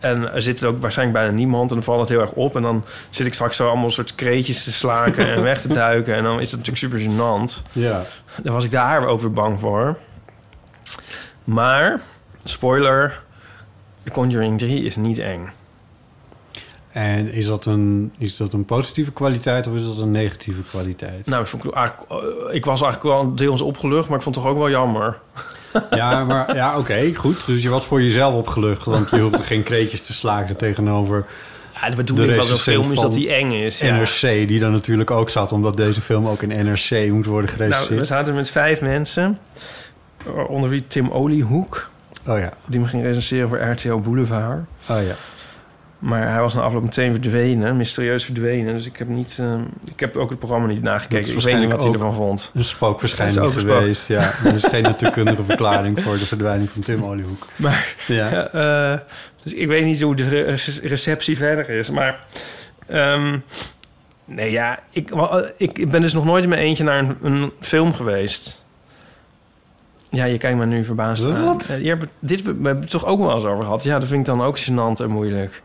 [SPEAKER 3] En er zit ook waarschijnlijk bijna niemand. En dan valt het heel erg op. En dan zit ik straks zo allemaal soort kreetjes te slaken en weg te duiken. En dan is het natuurlijk super gênant.
[SPEAKER 4] Ja.
[SPEAKER 3] Daar was ik daar ook weer bang voor. Maar, spoiler, The Conjuring 3 is niet eng.
[SPEAKER 4] En is dat, een, is dat een positieve kwaliteit of is dat een negatieve kwaliteit? [laughs]
[SPEAKER 3] Nou, ik, vond het eigenlijk, eh, ik was eigenlijk wel deels opgelucht, maar ik vond het toch ook wel jammer.
[SPEAKER 4] Ja, maar ja, oké, goed. Dus je was voor jezelf opgelucht, want je hoefde geen kreetjes te slagen tegenover.
[SPEAKER 3] Ja, de bedoeling
[SPEAKER 4] de
[SPEAKER 3] van zo'n
[SPEAKER 4] recensent
[SPEAKER 3] film is
[SPEAKER 4] van
[SPEAKER 3] dat die eng is. Ja.
[SPEAKER 4] NRC, die dan natuurlijk ook zat, omdat deze film ook in NRC moet
[SPEAKER 3] Nou, we
[SPEAKER 4] worden gerecenseerd.
[SPEAKER 3] zaten met vijf mensen, onder wie Tim Oliehoek,
[SPEAKER 4] Oh ja,
[SPEAKER 3] die me ging recenseren voor RTL Boulevard.
[SPEAKER 4] oh ja.
[SPEAKER 3] Maar hij was na afloop meteen verdwenen, mysterieus verdwenen. Dus ik heb, niet, eh, ik heb ook het programma niet
[SPEAKER 4] Dat
[SPEAKER 3] nagekeken.
[SPEAKER 4] is
[SPEAKER 3] Ik weet niet wat hij
[SPEAKER 4] waarschijnlijk
[SPEAKER 3] ervan vond.
[SPEAKER 4] Een spookverschijning
[SPEAKER 3] Dat is ook een spook.
[SPEAKER 4] geweest, ja. Er is geen natuurkundige verklaring voor de verdwijning van Tim Oliehoek.
[SPEAKER 3] Maar
[SPEAKER 4] Ja.
[SPEAKER 3] Ja, [laughs] eh, dus ik weet niet hoe de re- receptie verder is. Maar ehm, nee, ja, ik, wa- ik ben dus nog nooit in mijn eentje naar een, een film geweest. Ja, je kijkt me nu verbaasd aan.
[SPEAKER 4] Wat?
[SPEAKER 3] Eh, Je hebt, het- dit we hebben het toch ook wel eens over gehad. Ja, dat vind ik dan ook gênant en moeilijk.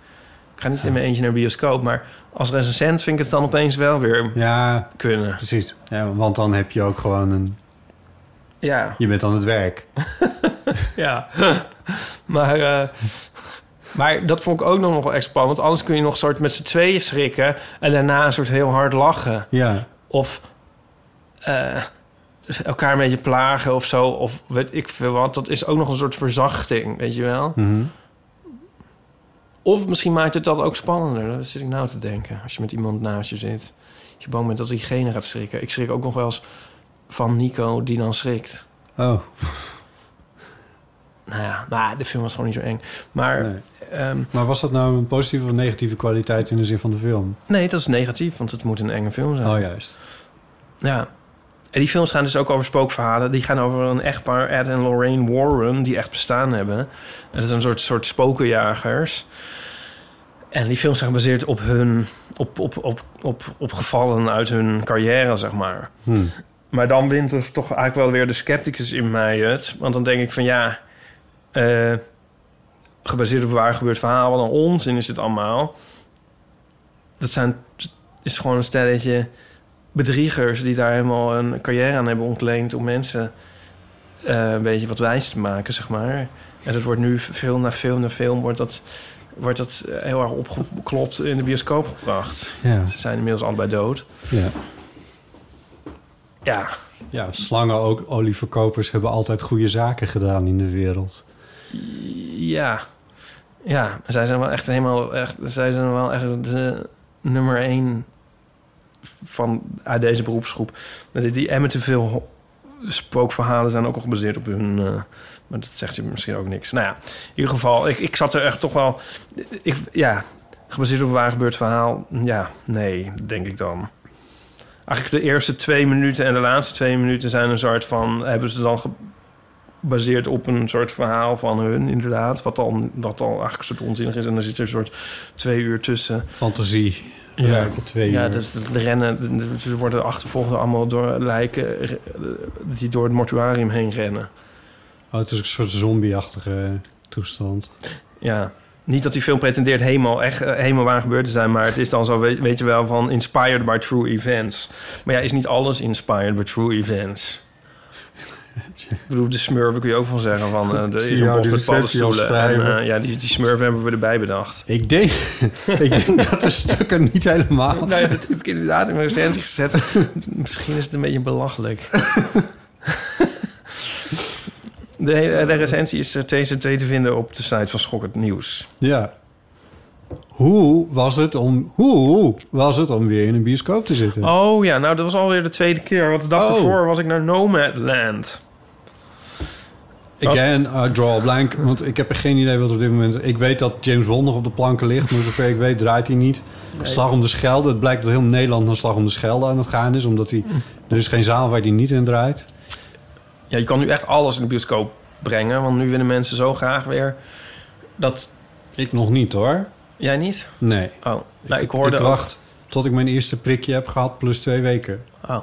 [SPEAKER 3] Ik ga niet in mijn eentje naar de bioscoop, maar als recensent vind ik het dan opeens wel weer
[SPEAKER 4] ja,
[SPEAKER 3] kunnen.
[SPEAKER 4] precies. Ja, want dan heb je ook gewoon een...
[SPEAKER 3] Ja,
[SPEAKER 4] Je bent aan het werk.
[SPEAKER 3] ja. [laughs] maar, eh, maar dat vond ik ook nog wel echt spannend. Want anders kun je nog soort met z'n tweeën schrikken... en daarna een soort heel hard lachen.
[SPEAKER 4] Ja,
[SPEAKER 3] Of eh, elkaar een beetje plagen of zo. Of weet ik veel wat. Dat is ook nog een soort verzachting, weet je wel.
[SPEAKER 4] mhm.
[SPEAKER 3] Of misschien maakt het dat ook spannender. Dat zit ik nou te denken. Als je met iemand naast je zit. Als je bang bent dat diegene gaat schrikken. Ik schrik ook nog wel eens van Nico die dan schrikt.
[SPEAKER 4] oh,
[SPEAKER 3] Nou ja, maar de film was gewoon niet zo eng. Maar...
[SPEAKER 4] nee.
[SPEAKER 3] ehm,
[SPEAKER 4] Maar was dat nou een positieve of negatieve kwaliteit in de zin van de film?
[SPEAKER 3] Nee, dat is negatief, want het moet een enge film zijn.
[SPEAKER 4] Oh, juist.
[SPEAKER 3] Ja. En die films gaan dus ook over spookverhalen. Die gaan over een echtpaar, Ed en Lorraine Warren, die echt bestaan hebben. En dat is een soort, soort spokenjagers. En die films zijn gebaseerd op hun... Op, op, op, op, op gevallen uit hun carrière, zeg maar.
[SPEAKER 4] Hm.
[SPEAKER 3] Maar dan wint dus toch eigenlijk wel weer de scepticus in mij het. Want dan denk ik van ja, eh, gebaseerd op waar gebeurd verhaal, wat een onzin is het allemaal. Dat zijn, is gewoon een stelletje bedriegers die daar helemaal een carrière aan hebben ontleend om mensen eh, een beetje wat wijs te maken, zeg maar. En dat wordt nu film na film na film wordt dat, wordt dat eh, heel erg opgeklopt in de bioscoop gebracht.
[SPEAKER 4] Ja.
[SPEAKER 3] Ze zijn inmiddels allebei dood.
[SPEAKER 4] ja.
[SPEAKER 3] Ja,
[SPEAKER 4] Ja, slangen, ook olieverkopers, hebben altijd goede zaken gedaan in de wereld.
[SPEAKER 3] Ja. Ja, zij zijn wel echt helemaal... Echt, zij zijn wel echt de nummer één van, uit deze beroepsgroep. Maar Die, die emmen te veel ho- spookverhalen zijn ook al gebaseerd op hun... eh, maar dat zegt je misschien ook niks. Nou ja, in ieder geval, ik, ik zat er echt toch wel... Ik, ja, gebaseerd op een waar gebeurd verhaal. Ja, nee, denk ik dan. Eigenlijk de eerste twee minuten en de laatste twee minuten zijn een soort van... Hebben ze dan ge- baseert op een soort verhaal van hun, inderdaad. Wat dan, wat dan eigenlijk een soort onzinnig is. En dan zit er een soort twee uur tussen.
[SPEAKER 4] Fantasie. Werken twee
[SPEAKER 3] ja
[SPEAKER 4] uur.
[SPEAKER 3] dus het rennen. Ze worden achtervolgd allemaal door lijken eh, die door het mortuarium heen rennen.
[SPEAKER 4] Oh, het is een soort zombieachtige toestand.
[SPEAKER 3] Ja. Niet dat die film pretendeert helemaal, echt, eh, helemaal waar gebeurd te zijn, maar het is dan zo, weet, weet je wel, van inspired by true events. Maar ja, is niet alles inspired by true events? Ik bedoel, de smurven kun je ook van zeggen van, eh, er
[SPEAKER 4] Zie
[SPEAKER 3] is een
[SPEAKER 4] jou
[SPEAKER 3] bos
[SPEAKER 4] die
[SPEAKER 3] met
[SPEAKER 4] recensie al
[SPEAKER 3] paddenstoelen. En,
[SPEAKER 4] schrijven.
[SPEAKER 3] eh, ja, die, die smurven hebben we erbij bedacht.
[SPEAKER 4] Ik denk, [laughs] ik denk dat de stukken niet helemaal...
[SPEAKER 3] Nou ja, dat heb ik inderdaad in mijn recensie gezet. [laughs] Misschien is het een beetje [laughs] belachelijk. De, hele- de recensie is eh, TCT te vinden op de site van Schokkend Nieuws.
[SPEAKER 4] Ja. Hoe was het om, hoe was het om weer in een bioscoop te zitten?
[SPEAKER 3] Oh ja, nou dat was alweer de tweede keer. Want de dag
[SPEAKER 4] Oh.
[SPEAKER 3] ervoor was ik naar Nomadland. Oh.
[SPEAKER 4] Again, I draw a blank, want ik heb geen idee wat op dit moment... Ik weet dat James Bond nog op de planken ligt, maar zover ik weet draait hij niet. Slag om de Schelde, het blijkt dat heel Nederland naar Slag om de Schelde aan het gaan is... omdat
[SPEAKER 3] Hm.
[SPEAKER 4] hij, er is geen zaal waar hij niet in draait.
[SPEAKER 3] Ja, je kan nu echt alles in de bioscoop brengen. Want nu willen mensen zo graag weer dat...
[SPEAKER 4] Ik nog niet hoor.
[SPEAKER 3] Jij niet?
[SPEAKER 4] Nee.
[SPEAKER 3] Oh, nou, ik hoorde...
[SPEAKER 4] ik
[SPEAKER 3] ook-
[SPEAKER 4] wacht tot ik mijn eerste prikje heb gehad, plus twee weken.
[SPEAKER 3] Oh.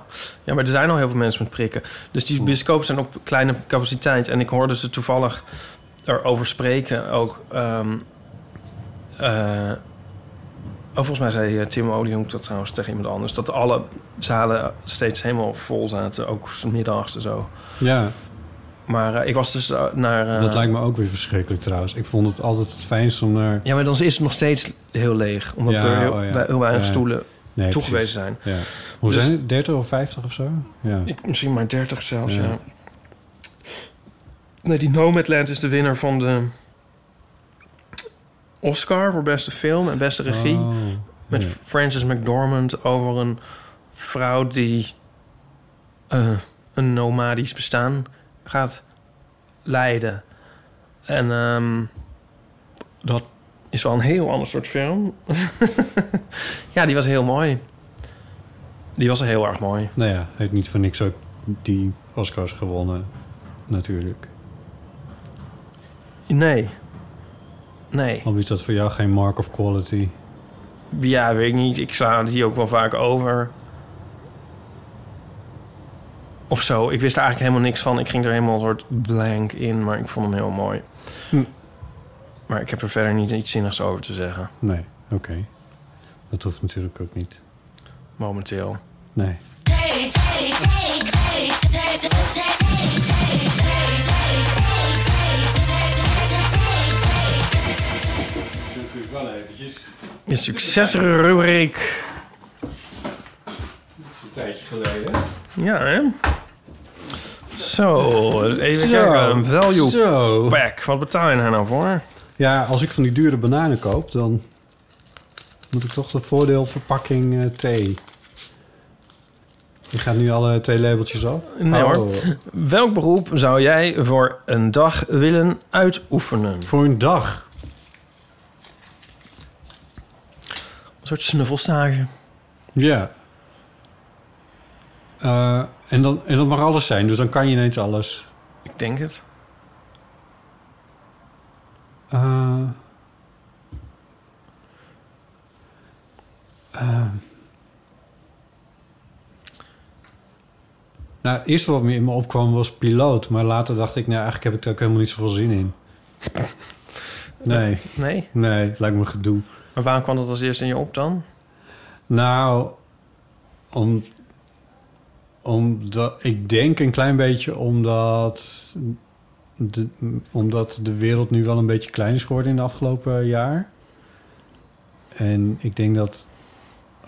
[SPEAKER 3] Ja, maar er zijn al heel veel mensen met prikken. Dus die bioscopen zijn op kleine capaciteit. En ik hoorde ze toevallig erover spreken ook. ehm, eh, oh, volgens mij zei eh, Tim Oliehoek dat trouwens tegen iemand anders. Dat alle zalen steeds helemaal vol zaten. Ook 's middags en zo.
[SPEAKER 4] Ja.
[SPEAKER 3] Maar eh, ik was dus eh, naar... eh,
[SPEAKER 4] Dat lijkt me ook weer verschrikkelijk trouwens. Ik vond het altijd het fijnst om naar...
[SPEAKER 3] Ja, maar dan is het nog steeds heel leeg. Omdat
[SPEAKER 4] Ja,
[SPEAKER 3] er heel,
[SPEAKER 4] oh ja.
[SPEAKER 3] bij- heel weinig
[SPEAKER 4] Ja.
[SPEAKER 3] stoelen
[SPEAKER 4] Nee,
[SPEAKER 3] toegewezen
[SPEAKER 4] precies.
[SPEAKER 3] zijn.
[SPEAKER 4] Ja. Hoe
[SPEAKER 3] Dus-
[SPEAKER 4] zijn het? 30 of 50 of zo? Ja.
[SPEAKER 3] Ik, misschien maar 30 zelfs,
[SPEAKER 4] Ja.
[SPEAKER 3] ja. Nee, die Nomadland is de winnaar van de Oscar voor beste film en beste regie.
[SPEAKER 4] Oh,
[SPEAKER 3] met
[SPEAKER 4] ja.
[SPEAKER 3] Frances McDormand over een vrouw die eh, een nomadisch bestaan gaat leiden. En ehm, dat is wel een heel ander soort film. [laughs] ja, die was heel mooi. Die was heel erg mooi.
[SPEAKER 4] Nou ja, heeft niet voor niks ook die Oscars gewonnen, natuurlijk.
[SPEAKER 3] Nee. Nee.
[SPEAKER 4] Of is dat voor jou geen mark of quality?
[SPEAKER 3] Ja, weet ik niet. Ik sla die ook wel vaak over. Of zo. Ik wist er eigenlijk helemaal niks van. Ik ging er helemaal een soort blank in, maar ik vond hem heel mooi.
[SPEAKER 4] Hm.
[SPEAKER 3] Maar ik heb er verder niet iets zinnigs over te zeggen,
[SPEAKER 4] Nee, oké. Dat hoeft natuurlijk ook niet.
[SPEAKER 3] momenteel.
[SPEAKER 4] Nee.
[SPEAKER 3] Je succesrubriek. Dat is een tijdje geleden. Ja, hè? Zo, even kijken. Een value
[SPEAKER 4] Zo.
[SPEAKER 3] pack. Wat betaal je daar nou voor?
[SPEAKER 4] Ja, als ik van die dure bananen koop, dan moet ik toch de voordeelverpakking eh, thee. Je gaat nu alle theelabeltjes af?
[SPEAKER 3] Nee,
[SPEAKER 4] Oh,
[SPEAKER 3] hoor. Welk beroep zou jij voor een dag willen uitoefenen?
[SPEAKER 4] Voor een dag.
[SPEAKER 3] Een soort snuffelstage.
[SPEAKER 4] Ja. Eh, en, dan, en dat mag alles zijn, dus dan kan je ineens alles.
[SPEAKER 3] Ik denk het.
[SPEAKER 4] Eh, eh. nou, het eerste wat me in me opkwam was piloot. Maar later dacht ik, nou, eigenlijk heb ik daar ook helemaal niet zoveel zin in. Nee,
[SPEAKER 3] Nee?
[SPEAKER 4] nee, lijkt me gedoe.
[SPEAKER 3] Maar waarom kwam dat als eerste in je op dan?
[SPEAKER 4] Nou, om, omdat ik denk een klein beetje omdat de, omdat de wereld nu wel een beetje klein is geworden in de afgelopen jaar. En ik denk dat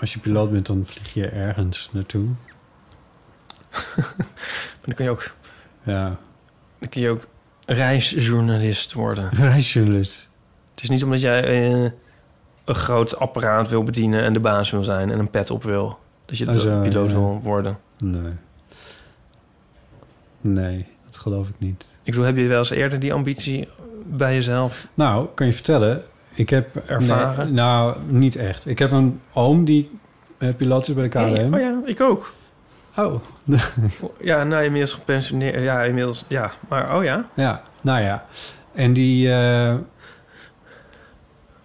[SPEAKER 4] als je piloot bent, dan vlieg je ergens naartoe.
[SPEAKER 3] Maar Dan kun je ook,
[SPEAKER 4] Ja,
[SPEAKER 3] dan kun je ook reisjournalist worden.
[SPEAKER 4] reisjournalist.
[SPEAKER 3] Het is niet omdat jij eh, een groot apparaat wil bedienen en de baas wil zijn en een pet op wil. Dat je
[SPEAKER 4] Oh, zo,
[SPEAKER 3] piloot
[SPEAKER 4] ja.
[SPEAKER 3] wil worden.
[SPEAKER 4] Nee. Nee, dat geloof ik niet.
[SPEAKER 3] Ik bedoel, heb je wel eens eerder die ambitie bij jezelf?
[SPEAKER 4] Nou, kan je vertellen. Ik heb
[SPEAKER 3] Ervaren?
[SPEAKER 4] Nee, nou, niet echt. Ik heb een oom die eh, piloot is bij de KLM.
[SPEAKER 3] Nee. Oh ja, ik ook.
[SPEAKER 4] Oh,
[SPEAKER 3] Ja, nou, inmiddels gepensioneerd. Ja, inmiddels. Ja, maar oh ja.
[SPEAKER 4] ja. Nou ja. En die... eh,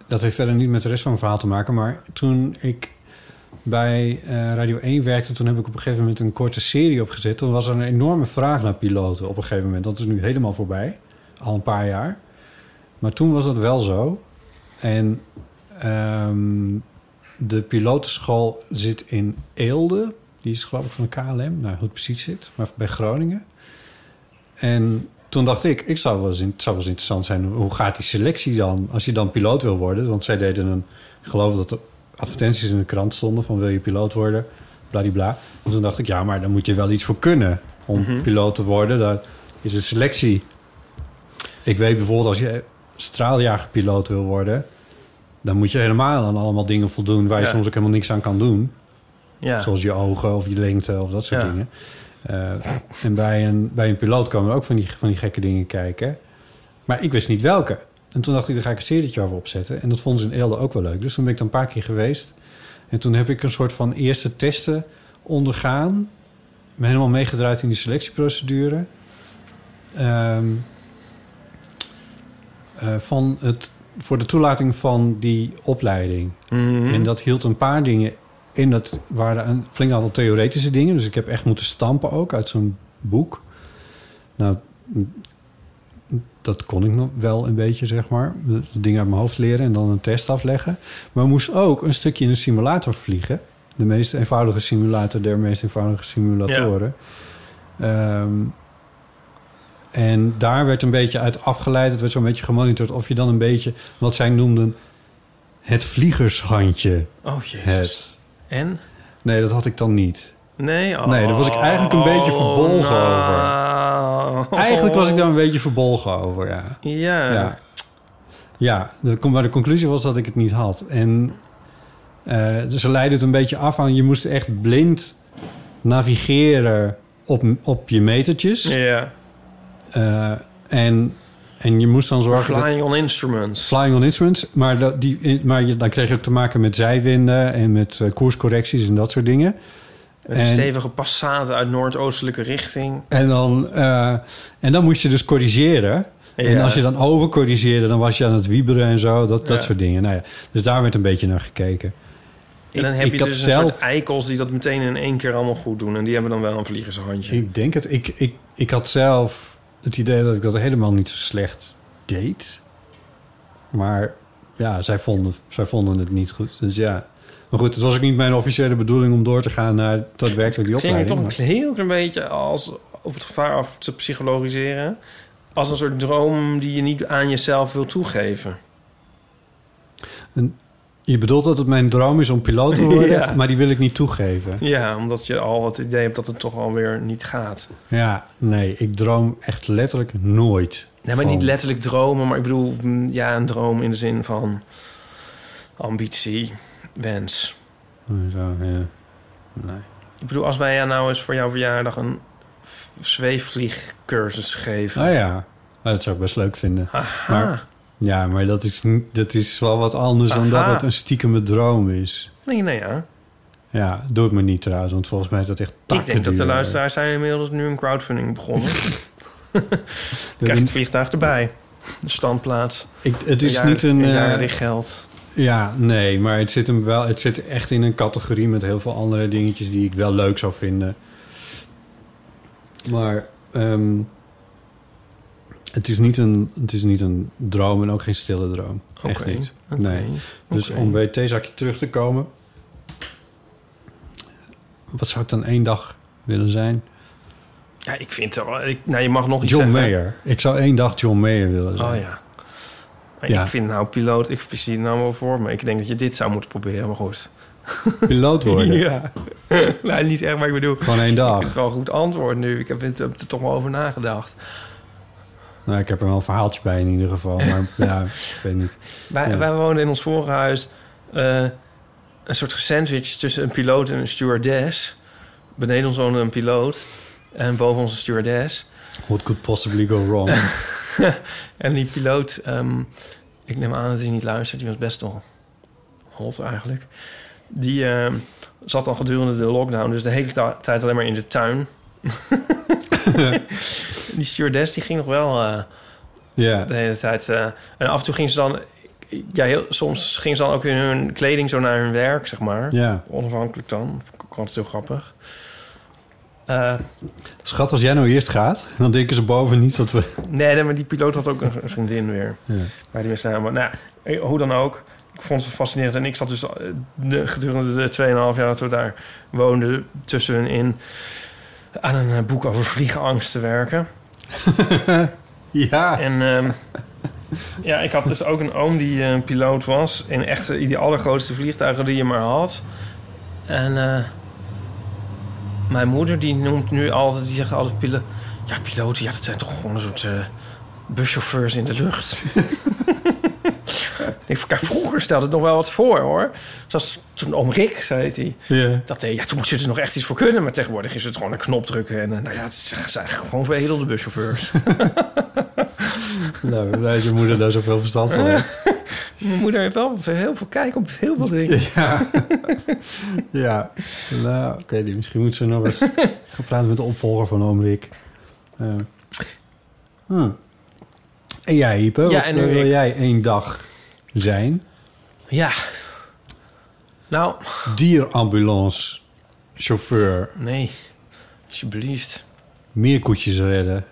[SPEAKER 4] dat heeft verder niet met de rest van mijn verhaal te maken. Maar toen ik bij eh, Radio 1 werkte... toen heb ik op een gegeven moment een korte serie opgezet. Toen was er een enorme vraag naar piloten op een gegeven moment. Dat is nu helemaal voorbij. Al een paar jaar. Maar toen was dat wel zo. En ehm, de pilotenschool zit in Eelde. Die is geloof ik van de KLM. Nou, hoe het precies zit. Maar bij Groningen. En toen dacht ik, ik zou wel eens, in- het zou wel eens interessant zijn... hoe gaat die selectie dan als je dan piloot wil worden? Want zij deden een... Ik geloof dat er advertenties in de krant stonden van... wil je piloot worden? Bladibla. En toen dacht ik, ja, maar daar moet je wel iets voor kunnen... om piloot te worden. Daar is een selectie. Ik weet bijvoorbeeld als je straaljagerpiloot wil worden... dan moet je helemaal aan allemaal dingen voldoen... waar je
[SPEAKER 3] Ja.
[SPEAKER 4] soms ook helemaal niks aan kan doen.
[SPEAKER 3] Ja.
[SPEAKER 4] Zoals je ogen of je lengte of dat soort
[SPEAKER 3] Ja.
[SPEAKER 4] dingen. Eh, en bij een, bij een piloot komen er ook van die, van die gekke dingen kijken. Maar ik wist niet welke. En toen dacht ik, daar ga ik een serietje over opzetten. En dat vonden ze in Eelde ook wel leuk. Dus toen ben ik dan een paar keer geweest. En toen heb ik een soort van eerste testen ondergaan. Me helemaal meegedraaid in die selectieprocedure. Ehm, eh, van het, voor de toelating van die opleiding.
[SPEAKER 3] Mhm.
[SPEAKER 4] En dat hield een paar dingen in. Dat waren een flink aantal theoretische dingen. Dus ik heb echt moeten stampen ook uit zo'n boek. Nou, dat kon ik nog wel een beetje, zeg maar. Dat Dingen uit mijn hoofd leren en dan een test afleggen. Maar ik moest ook een stukje in een simulator vliegen. De meest eenvoudige simulator der meest eenvoudige simulatoren. Ehm, En daar werd een beetje uit afgeleid. Het werd zo'n beetje gemonitord of je dan een beetje... wat zij noemden het vliegershandje
[SPEAKER 3] Oh jezus.
[SPEAKER 4] hebt.
[SPEAKER 3] En?
[SPEAKER 4] Nee, dat had ik dan niet.
[SPEAKER 3] Nee, oh,
[SPEAKER 4] Nee, daar was ik eigenlijk een beetje verbolgen
[SPEAKER 3] over.
[SPEAKER 4] Eigenlijk was ik daar een beetje verbolgen over, ja.
[SPEAKER 3] nou. Oh. Ja.
[SPEAKER 4] Ja. Ja, de- kom- maar de conclusie was dat ik het niet had. En eh, dus ze leidde het een beetje af aan... je moest echt blind navigeren op, op je metertjes.
[SPEAKER 3] Ja.
[SPEAKER 4] Eh, en, en je moest dan zorgen... dat-
[SPEAKER 3] Flying on instruments.
[SPEAKER 4] Flying on instruments, maar, dat, die, in- maar je, dan kreeg je ook te maken met zijwinden... en met eh, koerscorrecties en dat soort dingen.
[SPEAKER 3] Met een
[SPEAKER 4] En-
[SPEAKER 3] stevige passaten uit noordoostelijke richting.
[SPEAKER 4] En dan, eh, en dan moest je dus corrigeren. En
[SPEAKER 3] Ja.
[SPEAKER 4] als je dan overcorrigeerde, dan was je aan het wieberen en zo. Dat, dat
[SPEAKER 3] Ja.
[SPEAKER 4] soort dingen. Nou ja, dus daar werd een beetje naar gekeken.
[SPEAKER 3] en dan
[SPEAKER 4] Ik-
[SPEAKER 3] heb
[SPEAKER 4] ik
[SPEAKER 3] je
[SPEAKER 4] had
[SPEAKER 3] dus een
[SPEAKER 4] zelf-
[SPEAKER 3] soort eikels die dat meteen in één keer allemaal goed doen. En die hebben dan wel een vliegershandje.
[SPEAKER 4] Ik denk het. Ik, ik, ik had zelf het idee dat ik dat helemaal niet zo slecht deed. Maar ja, zij vonden, zij vonden het niet goed. Dus ja. Maar goed, het was ook niet mijn officiële bedoeling om door te gaan naar daadwerkelijk die
[SPEAKER 3] Ging het
[SPEAKER 4] opleiding.
[SPEAKER 3] toch een
[SPEAKER 4] maar-
[SPEAKER 3] heel klein beetje als op het gevaar af te psychologiseren. Als een soort droom die je niet aan jezelf wil toegeven.
[SPEAKER 4] Je bedoelt dat het mijn droom is om piloot
[SPEAKER 3] [laughs]
[SPEAKER 4] te worden,
[SPEAKER 3] Ja.
[SPEAKER 4] maar die wil ik niet toegeven.
[SPEAKER 3] Ja, omdat je al het idee hebt dat het toch alweer niet gaat.
[SPEAKER 4] Ja, nee, ik droom echt letterlijk nooit.
[SPEAKER 3] Nee, maar
[SPEAKER 4] van-
[SPEAKER 3] niet letterlijk dromen, maar ik bedoel, mm, ja, een droom in de zin van ambitie, wens.
[SPEAKER 4] Oh, Zo, ja. Nee.
[SPEAKER 3] Ik bedoel, als wij jou nou eens voor jouw verjaardag een v- zweefvliegcursus geven.
[SPEAKER 4] Oh ja, Nou, dat zou ik best leuk vinden.
[SPEAKER 3] Aha.
[SPEAKER 4] Maar- Ja, maar dat is, niet, dat is wel wat anders dan
[SPEAKER 3] Aha.
[SPEAKER 4] dat het een stiekeme droom is.
[SPEAKER 3] Nee, nee, ja.
[SPEAKER 4] Ja, doe het me niet trouwens, want volgens mij is dat echt takken
[SPEAKER 3] Ik denk dat de
[SPEAKER 4] duur.
[SPEAKER 3] luisteraars zijn inmiddels nu een crowdfunding
[SPEAKER 4] [laughs]
[SPEAKER 3] begonnen.
[SPEAKER 4] Dat
[SPEAKER 3] Krijg je het
[SPEAKER 4] een-
[SPEAKER 3] vliegtuig erbij. De standplaats.
[SPEAKER 4] ik, het is
[SPEAKER 3] jaar-
[SPEAKER 4] niet een... eh,
[SPEAKER 3] jaar rig geld.
[SPEAKER 4] ja, nee, maar het zit, hem wel, het zit echt in een categorie met heel veel andere dingetjes die ik wel leuk zou vinden. Maar ehm, het, is niet een, het is niet een droom en ook geen stille droom. Echt
[SPEAKER 3] Oké.
[SPEAKER 4] niet.
[SPEAKER 3] Oké.
[SPEAKER 4] Nee. Dus
[SPEAKER 3] Oké.
[SPEAKER 4] om bij het theezakje terug te komen. Wat zou ik dan één dag willen zijn?
[SPEAKER 3] Ja, ik vind het wel... ik- Nou, je mag nog iets
[SPEAKER 4] John
[SPEAKER 3] zeggen.
[SPEAKER 4] Mayer. Ik zou één dag John Mayer willen zijn.
[SPEAKER 3] Oh ja. Maar
[SPEAKER 4] Ja.
[SPEAKER 3] Ik vind nou piloot, ik zie het nou wel voor me. Ik denk dat je dit zou moeten proberen, maar goed.
[SPEAKER 4] Piloot worden.
[SPEAKER 3] [laughs] Ja. nou, niet echt, maar ik bedoel...
[SPEAKER 4] Gewoon één
[SPEAKER 3] Ik vind
[SPEAKER 4] dag.
[SPEAKER 3] het wel een goed antwoord nu. Ik heb, het- heb er toch wel over nagedacht.
[SPEAKER 4] Nou, ik heb er wel een verhaaltje bij in ieder geval.
[SPEAKER 3] [laughs]
[SPEAKER 4] Maar ja, ik weet niet.
[SPEAKER 3] Wij,
[SPEAKER 4] Ja.
[SPEAKER 3] wij woonden in ons vorige huis eh, een soort sandwich tussen een piloot en een stewardess. Beneden ons woonde een piloot en boven ons een stewardess.
[SPEAKER 4] What could possibly go wrong?
[SPEAKER 3] En die piloot, ehm, ik neem aan dat hij niet luistert, die was best wel hot eigenlijk. Die ehm, zat al gedurende de lockdown, dus de hele ta- tijd alleen maar in de
[SPEAKER 4] [laughs]
[SPEAKER 3] tuin. die stewardess die ging nog wel eh,
[SPEAKER 4] [laughs] Ja.
[SPEAKER 3] de hele tijd. eh, en af en toe ging ze dan, ja, heel, soms ging ze dan ook in hun kleding zo naar hun werk, zeg maar.
[SPEAKER 4] Ja.
[SPEAKER 3] Onafhankelijk dan, vond ik ook altijd heel grappig. Eh,
[SPEAKER 4] Schat, als jij nou eerst gaat, dan denken ze boven niet dat we... [laughs]
[SPEAKER 3] nee, nee, maar die piloot had ook een een vriendin weer.
[SPEAKER 4] Ja.
[SPEAKER 3] Waar die mee samen. Nou, ja, hoe dan ook. Ik vond het fascinerend. En ik zat dus eh, de- gedurende de 2,5 jaar dat we daar woonden, tussenin aan een eh, boek over vliegenangst te werken.
[SPEAKER 4] Ja.
[SPEAKER 3] En ehm, ja, ik had dus ook een oom die eh, een piloot was. In echt eh, die allergrootste vliegtuigen die je maar had. En eh, mijn moeder die noemt nu altijd, die zegt altijd pilo Ja, piloten, ja, dat zijn toch gewoon een soort eh, buschauffeurs in de lucht. ik, kijk, vroeger stelde het nog wel wat voor hoor. Zoals toen oom Rick, zei heet hij.
[SPEAKER 4] Ja.
[SPEAKER 3] Dat, eh, ja, toen moest je er nog echt iets voor kunnen. Maar tegenwoordig is het gewoon een knop drukken. En eh, nou ja, het zijn gewoon veredelde buschauffeurs.
[SPEAKER 4] Nou, blij dat je moeder daar zoveel verstand van heeft.
[SPEAKER 3] Mijn moeder heeft wel heel veel kijk op heel veel dingen.
[SPEAKER 4] [laughs] Ja. ja. Nou, ik weet niet. Misschien moet ze nog eens
[SPEAKER 3] [laughs]
[SPEAKER 4] gaan praten met de opvolger van oom Rick. Eh. Hm. En jij, Ipe,
[SPEAKER 3] Ja,
[SPEAKER 4] wat
[SPEAKER 3] en
[SPEAKER 4] eh,
[SPEAKER 3] nu
[SPEAKER 4] wil
[SPEAKER 3] ik.
[SPEAKER 4] jij één dag zijn?
[SPEAKER 3] Ja. Nou,
[SPEAKER 4] Dierambulance, chauffeur,
[SPEAKER 3] nee. Alsjeblieft.
[SPEAKER 4] meer koetjes redden.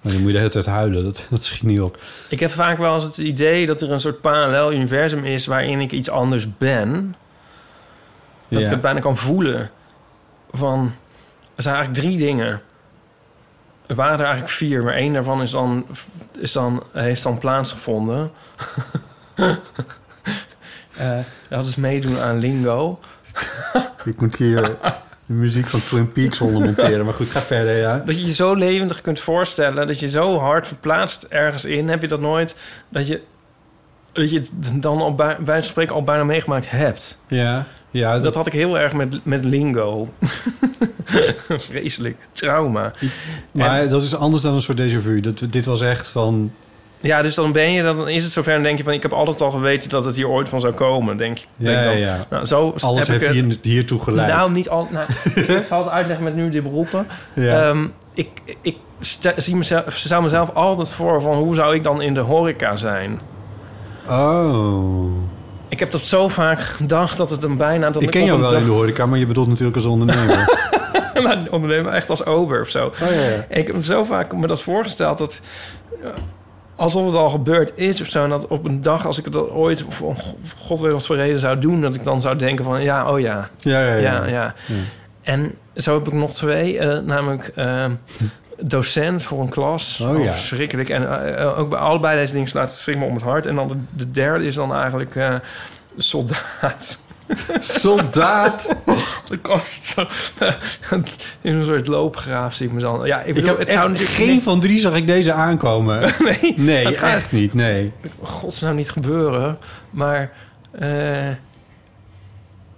[SPEAKER 4] Maar dan moet je de hele tijd huilen, dat, [laughs] dat schiet niet op.
[SPEAKER 3] Ik heb vaak wel eens het idee dat er een soort parallel universum is... waarin ik iets anders ben. Dat ik het bijna kan voelen. Van, er zijn eigenlijk drie dingen. Er waren er eigenlijk vier, maar één daarvan is dan, is dan, heeft dan plaatsgevonden. [laughs] Eh, dat is meedoen aan Lingo.
[SPEAKER 4] Ik moet hier de muziek van
[SPEAKER 3] [laughs]
[SPEAKER 4] Twin Peaks onder monteren. Maar goed, ga verder, ja.
[SPEAKER 3] Dat je je zo levendig kunt voorstellen, dat je zo hard verplaatst ergens in, heb je dat nooit, dat je, dat je het dan al bij, bij wijze van spreken al bijna meegemaakt hebt.
[SPEAKER 4] Ja, ja
[SPEAKER 3] Dat
[SPEAKER 4] dat,
[SPEAKER 3] had ik heel erg met, met Lingo. [laughs] Vreselijk. Trauma.
[SPEAKER 4] maar dat is anders dan een soort déjà vu. Dat, dit was echt van...
[SPEAKER 3] Ja, dus dan ben je, dan is het zover en denk je van... ik heb altijd al geweten dat het hier ooit van zou komen, denk ik.
[SPEAKER 4] Ja, ja,
[SPEAKER 3] dan,
[SPEAKER 4] ja.
[SPEAKER 3] Nou, zo
[SPEAKER 4] Alles
[SPEAKER 3] heb
[SPEAKER 4] heeft
[SPEAKER 3] ik het-
[SPEAKER 4] hier, hiertoe geleid.
[SPEAKER 3] Nou, niet al...
[SPEAKER 4] [laughs]
[SPEAKER 3] Nou, ik zal het uitleggen met nu de beroepen.
[SPEAKER 4] ja.
[SPEAKER 3] Ehm, ik ik stel- zie mezelf, stel mezelf altijd voor van... hoe zou ik dan in de horeca zijn?
[SPEAKER 4] oh.
[SPEAKER 3] Ik heb dat zo vaak gedacht dat het een bijna... Dat
[SPEAKER 4] Ik ken jou
[SPEAKER 3] op een
[SPEAKER 4] wel in de
[SPEAKER 3] dag-
[SPEAKER 4] horeca, maar je bedoelt natuurlijk als
[SPEAKER 3] [laughs]
[SPEAKER 4] ondernemer.
[SPEAKER 3] Nou, ondernemer echt als ober of zo.
[SPEAKER 4] oh, ja, ja.
[SPEAKER 3] Ik heb me zo vaak me dat voorgesteld dat eh, alsof het al gebeurd is of zo. En dat op een dag als ik het ooit of om go- god weet wat voor reden zou doen, dat ik dan zou denken van ja, oh ja,
[SPEAKER 4] Ja, ja,
[SPEAKER 3] ja, ja.
[SPEAKER 4] ja.
[SPEAKER 3] En zo heb ik nog twee, eh, namelijk eh, docent voor een klas.
[SPEAKER 4] Oh ja.
[SPEAKER 3] Verschrikkelijk. En eh, eh, ook bij allebei deze dingen slaat het schrik me om het hart. En dan de, de derde is dan eigenlijk eh, soldaat.
[SPEAKER 4] Soldaat.
[SPEAKER 3] De kast. [laughs] In een soort loopgraaf zie ik me dan. Ja, ik,
[SPEAKER 4] Ik
[SPEAKER 3] bedoel,
[SPEAKER 4] heb
[SPEAKER 3] het
[SPEAKER 4] echt
[SPEAKER 3] zou natuurlijk
[SPEAKER 4] geen van drie zag ik deze
[SPEAKER 3] [laughs]
[SPEAKER 4] aankomen.
[SPEAKER 3] Nee,
[SPEAKER 4] Nee,
[SPEAKER 3] dat gaat
[SPEAKER 4] echt niet. Nee.
[SPEAKER 3] godsnaam niet gebeuren. Maar eh,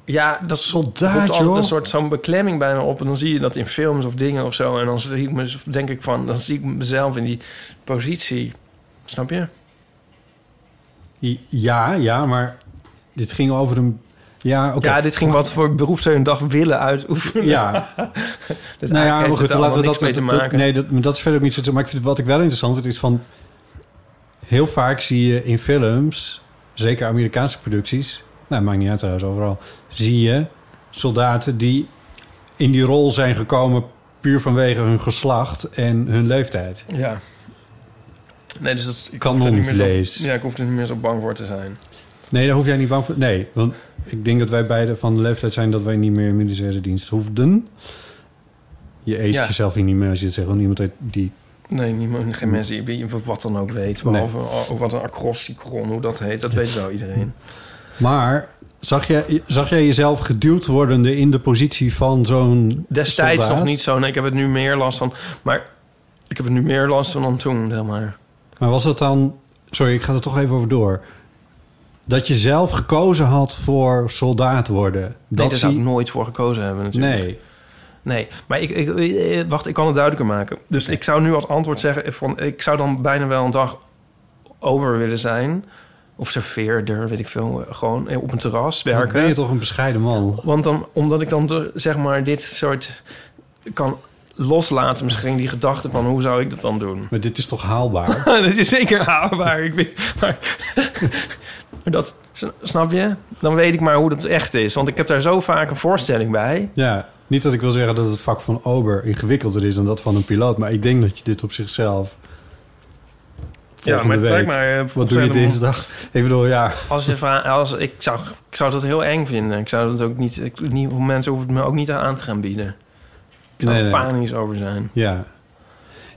[SPEAKER 3] ja, dat roept
[SPEAKER 4] Soldaat,
[SPEAKER 3] altijd
[SPEAKER 4] joh.
[SPEAKER 3] een soort zo'n beklemming bij me op. En dan zie je dat in films of dingen of zo. En dan zie ik me, denk ik van, dan zie ik mezelf in die positie. Snap je?
[SPEAKER 4] Ja, ja, maar dit ging over een... Ja, oké.
[SPEAKER 3] Ja, dit ging wat voor beroepssteun dag willen uitoefenen.
[SPEAKER 4] Ja,
[SPEAKER 3] [laughs] Dus
[SPEAKER 4] nou
[SPEAKER 3] eigenlijk
[SPEAKER 4] ja, maar
[SPEAKER 3] heeft
[SPEAKER 4] goed,
[SPEAKER 3] het er
[SPEAKER 4] dan laten we
[SPEAKER 3] allemaal
[SPEAKER 4] dat...
[SPEAKER 3] niks mee te
[SPEAKER 4] dat-
[SPEAKER 3] maken.
[SPEAKER 4] nee, dat, maar dat is verder ook niet zo... Maar ik vind, wat ik wel interessant vind, is van... Heel vaak zie je in films, zeker Amerikaanse producties... Nou, maakt niet uit trouwens, overal... Zie je soldaten die in die rol zijn gekomen... puur vanwege hun geslacht en hun leeftijd.
[SPEAKER 3] Ja. Nee, dus dat, ik hoef er niet meer
[SPEAKER 4] Kanonvlees.
[SPEAKER 3] zo, ja, ik hoef er niet meer zo bang voor te zijn.
[SPEAKER 4] Nee, daar hoef jij niet bang voor. Nee, want ik denk dat wij beide van de leeftijd zijn dat wij niet meer in militaire dienst hoefden. Je eet
[SPEAKER 3] Ja.
[SPEAKER 4] jezelf hier niet meer als je het zegt. Want niemand weet die.
[SPEAKER 3] Nee, Mm. niemand, geen mensen die wat dan ook weet.
[SPEAKER 4] Nee.
[SPEAKER 3] Behalve oh, wat een acrosticron, hoe dat heet. Dat weet wel iedereen.
[SPEAKER 4] Maar zag jij, zag jij jezelf geduwd wordende in de positie van zo'n.
[SPEAKER 3] [laughs] Destijds
[SPEAKER 4] soldaat?
[SPEAKER 3] nog niet zo. Nee, ik heb het nu meer last van. Maar ik heb het nu meer last van dan toen, zeg maar.
[SPEAKER 4] Maar was dat dan. Sorry, ik ga er toch even over door. Dat je zelf gekozen had voor soldaat worden.
[SPEAKER 3] Nee, daar zou ik
[SPEAKER 4] zie-
[SPEAKER 3] nooit voor gekozen hebben natuurlijk.
[SPEAKER 4] Nee.
[SPEAKER 3] Nee, maar ik, ik, eh, wacht, ik kan het duidelijker maken. Dus ik zou nu als antwoord zeggen... eh, Van, ik zou dan bijna wel een dag over willen zijn. Of serveerder, weet ik veel. eh, Gewoon eh, op een terras
[SPEAKER 4] Dan ben je
[SPEAKER 3] werken.
[SPEAKER 4] toch een bescheiden man.
[SPEAKER 3] Want dan, omdat ik dan de- zeg maar dit soort... kan loslaten misschien die gedachte van... hoe zou ik dat dan doen? [laughs]
[SPEAKER 4] Maar dit is toch haalbaar?
[SPEAKER 3] dat is zeker haalbaar. Ik weet, maar, [laughs] maar dat, snap je? Dan weet ik maar hoe dat echt is. Want ik heb daar zo vaak een voorstelling bij.
[SPEAKER 4] Ja, niet dat ik wil zeggen dat het vak van ober ingewikkelder is dan dat van een piloot, maar ik denk dat je dit op zichzelf. Volgende week.
[SPEAKER 3] maar... eh,
[SPEAKER 4] Wat doe je
[SPEAKER 3] voorstelling-
[SPEAKER 4] dinsdag? Ik bedoel, ja.
[SPEAKER 3] Als je vra- als, ik, zou, ik zou dat heel eng vinden. Ik zou dat ook niet... Ik, niet mensen hoeven het me ook niet aan te gaan bieden. Ik zou
[SPEAKER 4] Nee,
[SPEAKER 3] er
[SPEAKER 4] nee.
[SPEAKER 3] panisch over zijn.
[SPEAKER 4] ja.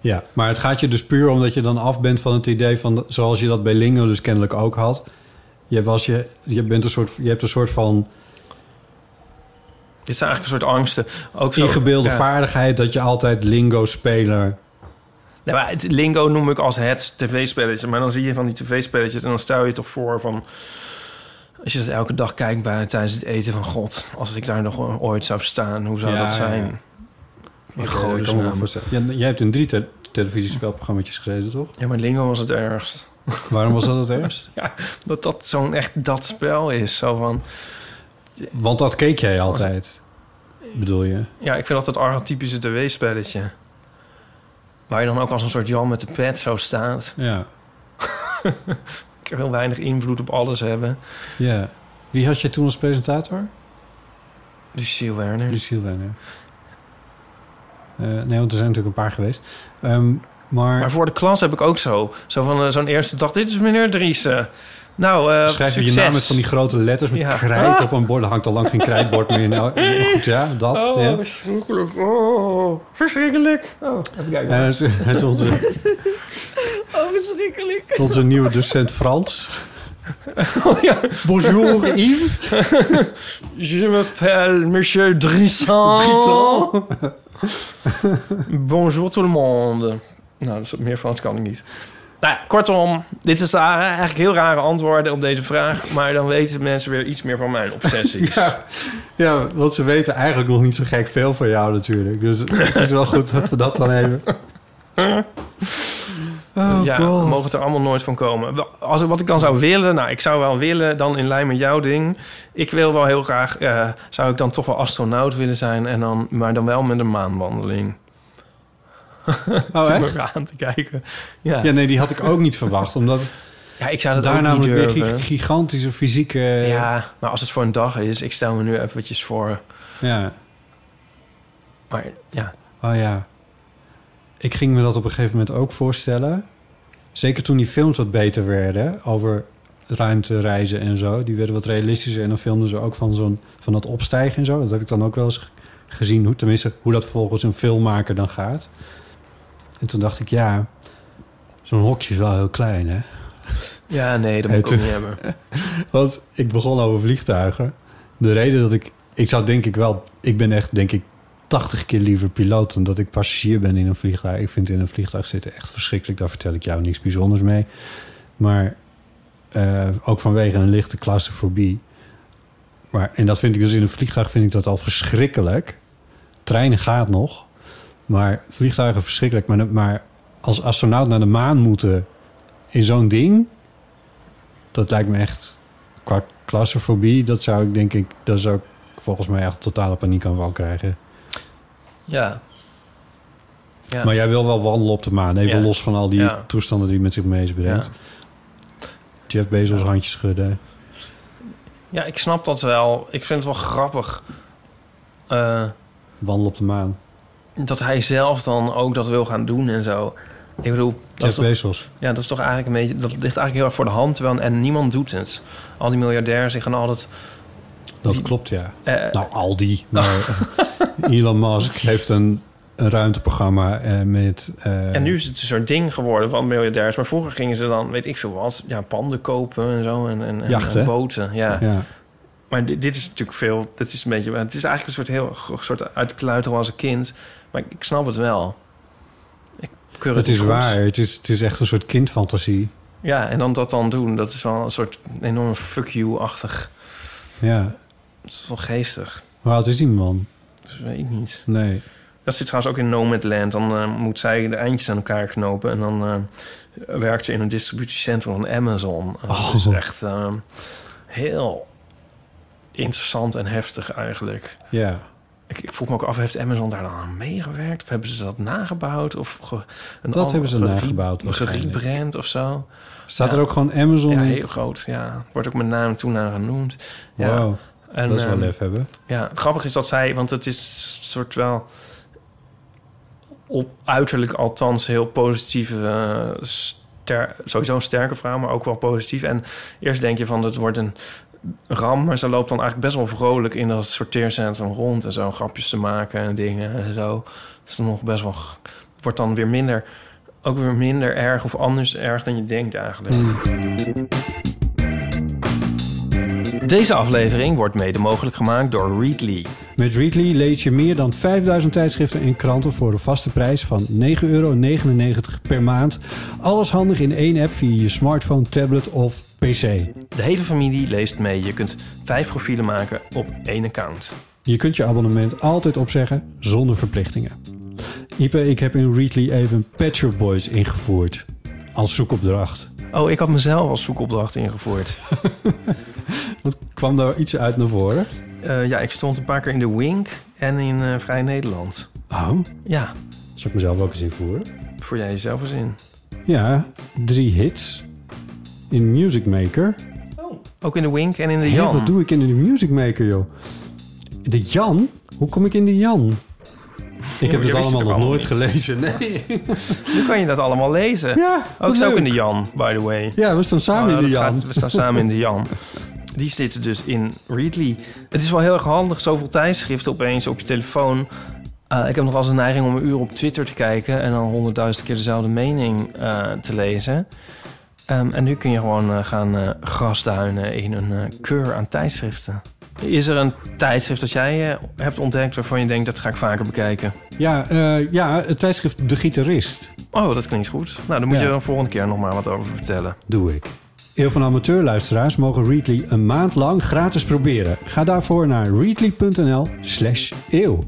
[SPEAKER 4] Ja, maar het gaat je dus puur omdat je dan af bent van het idee van, zoals je dat bij Lingo dus kennelijk ook had. Je, was je, je, bent een soort, je hebt een soort van
[SPEAKER 3] Dit zijn eigenlijk een soort angsten. Ook zo,
[SPEAKER 4] ingebeelde
[SPEAKER 3] ja.
[SPEAKER 4] vaardigheid dat je altijd Lingo-speler.
[SPEAKER 3] Nee, maar het, lingo noem ik als het tv-spelletje. Maar dan zie je van die tv-spelletjes en dan stel je toch voor van... Als je dat elke dag kijkt bij, tijdens het eten van God. Als ik daar nog ooit zou staan, hoe zou
[SPEAKER 4] Ja,
[SPEAKER 3] dat
[SPEAKER 4] ja, ja.
[SPEAKER 3] zijn? Ja,
[SPEAKER 4] Ik, eh, kan me wel voorstellen. Ja, jij hebt in drie te televisiespelprogramma's gezeten, toch?
[SPEAKER 3] ja, maar lingo was het ergst.
[SPEAKER 4] Waarom was dat het eerst?
[SPEAKER 3] Dat dat zo'n echt dat spel is. Zo van,
[SPEAKER 4] Want dat keek jij altijd, bedoel je?
[SPEAKER 3] ja, ik vind dat het archetypische tv-spelletje. Waar je dan ook als een soort Jan met de pet zo staat.
[SPEAKER 4] Ja.
[SPEAKER 3] Ik wil weinig invloed op alles hebben.
[SPEAKER 4] ja. Wie had je toen als presentator?
[SPEAKER 3] Lucille Werner.
[SPEAKER 4] Lucille Werner. Eh, nee, want er zijn natuurlijk een paar geweest. Ehm, maar,
[SPEAKER 3] Maar voor de klas heb ik ook zo. Zo van eh, zo'n eerste dag. Dit is meneer Driessen. Nou, eh,
[SPEAKER 4] Schrijf je je
[SPEAKER 3] succes.
[SPEAKER 4] naam met van die grote letters met
[SPEAKER 3] Ja. Ah.
[SPEAKER 4] krijt op een bord. Er hangt al lang geen krijtbord meer. Nou, goed, ja, dat.
[SPEAKER 3] Oh,
[SPEAKER 4] ja.
[SPEAKER 3] verschrikkelijk. Oh, verschrikkelijk. Oh, even kijken.
[SPEAKER 4] En het, is- het is onze,
[SPEAKER 9] Oh, verschrikkelijk.
[SPEAKER 4] onze nieuwe docent
[SPEAKER 3] [laughs]
[SPEAKER 4] Frans.
[SPEAKER 3] Oh, ja.
[SPEAKER 4] Bonjour
[SPEAKER 3] [laughs]
[SPEAKER 4] Yves.
[SPEAKER 3] Je m'appelle Monsieur Drissan.
[SPEAKER 4] Drissan.
[SPEAKER 3] [laughs] Bonjour tout le monde. Nou, dat is- meer Frans kan ik niet. Nou, ja, kortom, dit is de- eigenlijk heel rare antwoorden op deze vraag. Maar dan weten mensen weer iets meer van mijn
[SPEAKER 4] [laughs]
[SPEAKER 3] obsessies.
[SPEAKER 4] Ja. ja, want ze weten eigenlijk nog niet zo gek veel van jou natuurlijk. Dus het is wel goed dat we dat dan even... Oh
[SPEAKER 3] ja, we mogen het er allemaal nooit van komen. Wel, Als, wat ik dan zou willen, nou, ik zou wel willen, dan in lijn met jouw ding. Ik wil wel heel graag, eh, zou ik dan toch wel astronaut willen zijn, en dan, maar dan wel met een maanwandeling.
[SPEAKER 4] Oh,
[SPEAKER 3] Zit me
[SPEAKER 4] echt?
[SPEAKER 3] raar aan te kijken. Ja,
[SPEAKER 4] Ja,
[SPEAKER 3] ja,
[SPEAKER 4] nee, die had ik ook niet verwacht. Omdat
[SPEAKER 3] ik zou dat
[SPEAKER 4] daar
[SPEAKER 3] ook niet
[SPEAKER 4] namelijk weer
[SPEAKER 3] durven.
[SPEAKER 4] gi- gigantische fysieke...
[SPEAKER 3] Ja, maar als het voor een dag is, ik stel me nu eventjes voor.
[SPEAKER 4] ja.
[SPEAKER 3] Maar ja,
[SPEAKER 4] Oh ja. Ik ging me dat op een gegeven moment ook voorstellen. Zeker toen die films wat beter werden over ruimtereizen en zo. Die werden wat realistischer en dan filmden ze ook van, zo'n, van dat opstijgen en zo. Dat heb ik dan ook wel eens g- gezien. Hoe, tenminste, hoe dat volgens een filmmaker dan gaat. En toen dacht ik, ja, zo'n hokje is wel heel klein, hè?
[SPEAKER 3] ja nee, dat
[SPEAKER 4] Hey,
[SPEAKER 3] moet ik ook
[SPEAKER 4] toen-
[SPEAKER 3] niet hebben.
[SPEAKER 4] Want ik begon over vliegtuigen. De reden dat ik... Ik zou denk ik wel... Ik ben echt denk ik 80 keer liever piloot... dan dat ik passagier ben in een vliegtuig. Ik vind in een vliegtuig zitten echt verschrikkelijk. Daar vertel ik jou niks bijzonders mee. Maar eh, ook vanwege een lichte claustrofobie. Maar, en dat vind ik dus in een vliegtuig vind ik dat al verschrikkelijk. Treinen gaat nog. Maar vliegtuigen verschrikkelijk. Maar, maar als astronaut naar de maan moeten in zo'n ding... dat lijkt me echt qua claustrofobie, dat zou ik denk ik, daar zou ik volgens mij echt totale paniekaanval krijgen.
[SPEAKER 3] Ja. Ja.
[SPEAKER 4] Maar jij wil wel wandelen op de maan, even
[SPEAKER 3] Ja.
[SPEAKER 4] los van al die
[SPEAKER 3] Ja.
[SPEAKER 4] toestanden die het met zich meebrengt.
[SPEAKER 3] Ja.
[SPEAKER 4] Jeff Bezos
[SPEAKER 3] Ja.
[SPEAKER 4] handjes schudden.
[SPEAKER 3] ja, ik snap dat wel. Ik vind het wel grappig. Eh
[SPEAKER 4] Wandelen op de maan.
[SPEAKER 3] dat hij zelf dan ook dat wil gaan doen en zo. Ik bedoel, dat is,
[SPEAKER 4] Jeff
[SPEAKER 3] toch,
[SPEAKER 4] Bezos.
[SPEAKER 3] ja, dat is toch eigenlijk een beetje... Dat ligt eigenlijk heel erg voor de hand. Terwijl, en niemand doet het. Al die miljardairs, die gaan altijd...
[SPEAKER 4] Dat
[SPEAKER 3] Die-
[SPEAKER 4] klopt, ja.
[SPEAKER 3] eh, [laughs]
[SPEAKER 4] Nou, Aldi. Maar eh, Elon Musk heeft een, een ruimteprogramma eh, met... eh,
[SPEAKER 3] en nu is het een soort ding geworden van miljardairs. Maar vroeger gingen ze dan, weet ik veel wat... Ja, panden kopen en zo. En, en, en-
[SPEAKER 4] Jachten.
[SPEAKER 3] en boten, ja.
[SPEAKER 4] Ja.
[SPEAKER 3] Maar dit, dit is natuurlijk veel... Dit is een beetje, het is eigenlijk een soort heel een soort uitkluiter als een kind. Maar ik, ik snap het wel. Ik keur het
[SPEAKER 4] Het is
[SPEAKER 3] niet goed.
[SPEAKER 4] waar. Het is, het is echt een soort kindfantasie.
[SPEAKER 3] Ja, en dan dat dan doen. Dat is wel een soort enorm fuck you-achtig.
[SPEAKER 4] Ja.
[SPEAKER 3] Dat is wel geestig.
[SPEAKER 4] Hoe oud is die man?
[SPEAKER 3] Dat weet ik niet.
[SPEAKER 4] Nee.
[SPEAKER 3] Dat zit trouwens ook in Nomadland. Dan eh, moet zij de eindjes aan elkaar knopen. En dan eh, werkt ze in een distributiecentrum van Amazon. En Dat is
[SPEAKER 4] Oh.
[SPEAKER 3] echt eh, heel interessant en heftig eigenlijk.
[SPEAKER 4] Ja.
[SPEAKER 3] Ik, ik vroeg me ook af, heeft Amazon daar dan aan meegewerkt? Of hebben ze dat nagebouwd? Of ge- een ander-
[SPEAKER 4] hebben ze
[SPEAKER 3] gere-
[SPEAKER 4] nagebouwd waarschijnlijk.
[SPEAKER 3] Gerebrand of zo?
[SPEAKER 4] Staat
[SPEAKER 3] Ja.
[SPEAKER 4] er ook gewoon Amazon?
[SPEAKER 3] Ja,
[SPEAKER 4] in?
[SPEAKER 3] heel groot. Ja. Wordt ook met naam en toenaam genoemd. Ja.
[SPEAKER 4] Wow,
[SPEAKER 3] En,
[SPEAKER 4] dat is wel
[SPEAKER 3] ehm,
[SPEAKER 4] lef hebben.
[SPEAKER 3] Ja, het grappige is dat zij, want het is soort wel op uiterlijk althans heel positieve, eh, ster- sowieso een sterke vrouw, maar ook wel positief. En eerst denk je van, het wordt een ram, maar ze loopt dan eigenlijk best wel vrolijk in dat sorteercentrum rond en zo grapjes te maken en dingen en zo. Het is nog best wel, g- wordt dan weer minder, ook weer minder erg of anders erg dan je denkt eigenlijk. Deze aflevering wordt mede mogelijk gemaakt door Readly.
[SPEAKER 4] Met Readly lees je meer dan 5000 tijdschriften en kranten voor een vaste prijs van 9,99 euro per maand. Alles handig in één app via je smartphone, tablet of pc.
[SPEAKER 3] De hele familie leest mee. Je kunt vijf profielen maken op één account.
[SPEAKER 4] Je kunt je abonnement altijd opzeggen zonder verplichtingen. Ipe, ik heb in Readly even Pet Shop Boys ingevoerd. Als zoekopdracht.
[SPEAKER 3] Oh, ik had mezelf als zoekopdracht ingevoerd.
[SPEAKER 4] Wat kwam daar iets uit naar voren?
[SPEAKER 3] Eh, ja, ik stond een paar keer in de Wink en in eh, Vrij Nederland.
[SPEAKER 4] Oh,
[SPEAKER 3] Ja,
[SPEAKER 4] zal ik mezelf ook eens invoeren?
[SPEAKER 3] voor jij jezelf eens in.
[SPEAKER 4] Ja, drie hits in Music Maker.
[SPEAKER 3] Ook in de Wink en in de
[SPEAKER 4] Hé,
[SPEAKER 3] Jan.
[SPEAKER 4] wat doe ik in de Music Maker, joh? De Jan? Hoe kom ik in de Jan? Ik heb
[SPEAKER 3] je
[SPEAKER 4] het
[SPEAKER 3] Oh, wist
[SPEAKER 4] allemaal
[SPEAKER 3] ook
[SPEAKER 4] nog nooit
[SPEAKER 3] niet. [laughs]
[SPEAKER 4] gelezen. Nee.
[SPEAKER 3] Nu kan je dat allemaal lezen.
[SPEAKER 4] Ja,
[SPEAKER 3] ook
[SPEAKER 4] wat
[SPEAKER 3] zo Oh, ook in
[SPEAKER 4] leuk.
[SPEAKER 3] de Jan, by the way.
[SPEAKER 4] Ja, we staan samen
[SPEAKER 3] Oh,
[SPEAKER 4] in de
[SPEAKER 3] dat
[SPEAKER 4] Jan.
[SPEAKER 3] gaat- we staan samen in de Jan. Die zitten dus in Readly. Het is wel heel erg handig, zoveel tijdschriften opeens op je telefoon. Eh, ik heb nog wel eens een neiging om een uur op Twitter te kijken... en dan honderdduizend keer dezelfde mening eh, te lezen. Ehm, en nu kun je gewoon eh, gaan eh, grasduinen in een eh, keur aan tijdschriften. Is er een tijdschrift dat jij eh, hebt ontdekt waarvan je denkt... dat ga ik vaker bekijken?
[SPEAKER 4] Ja, eh, ja, het tijdschrift De Gitarist
[SPEAKER 3] Oh, dat klinkt goed. Nou, dan moet
[SPEAKER 4] Ja.
[SPEAKER 3] je er een volgende keer nog maar wat over vertellen.
[SPEAKER 4] doe ik. Heel van amateurluisteraars mogen Readly een maand lang gratis proberen. Ga daarvoor naar readly.nl slash eeuw.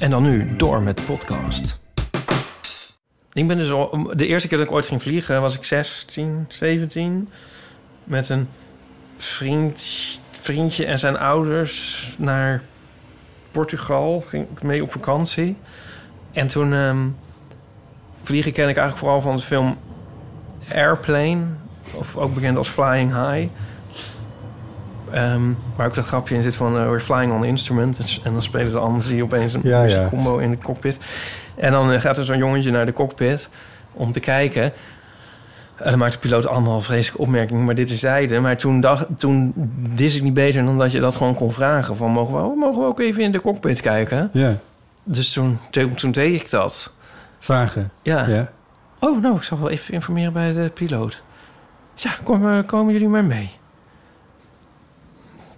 [SPEAKER 3] En dan nu door met de podcast. Ik ben dus al- de eerste keer dat ik ooit ging vliegen was ik 16, 17. Met een vriend, vriendje en zijn ouders naar Portugal. Ging ik mee op vakantie. En toen ehm, vliegen ken ik eigenlijk vooral van de film Airplane. Of ook bekend als Flying High. Ehm, waar ook dat grapje in zit van eh, we're flying on instrument. En dan spelen ze anders zie je opeens een
[SPEAKER 4] Ja, ja.
[SPEAKER 3] combo in de cockpit. En dan eh, gaat er zo'n jongetje naar de cockpit om te kijken. En dan maakt de piloot allemaal vreselijke opmerkingen, maar dit is zijde. Maar toen, dacht, toen wist ik niet beter dan dat je dat gewoon kon vragen. Van, mogen we, mogen we ook even in de cockpit kijken?
[SPEAKER 4] Ja,
[SPEAKER 3] Dus toen, toen, toen deed ik dat.
[SPEAKER 4] vragen.
[SPEAKER 3] Ja.
[SPEAKER 4] Ja.
[SPEAKER 3] Oh, nou, ik zal wel even informeren bij de piloot. Ja, kom, eh, komen jullie maar mee.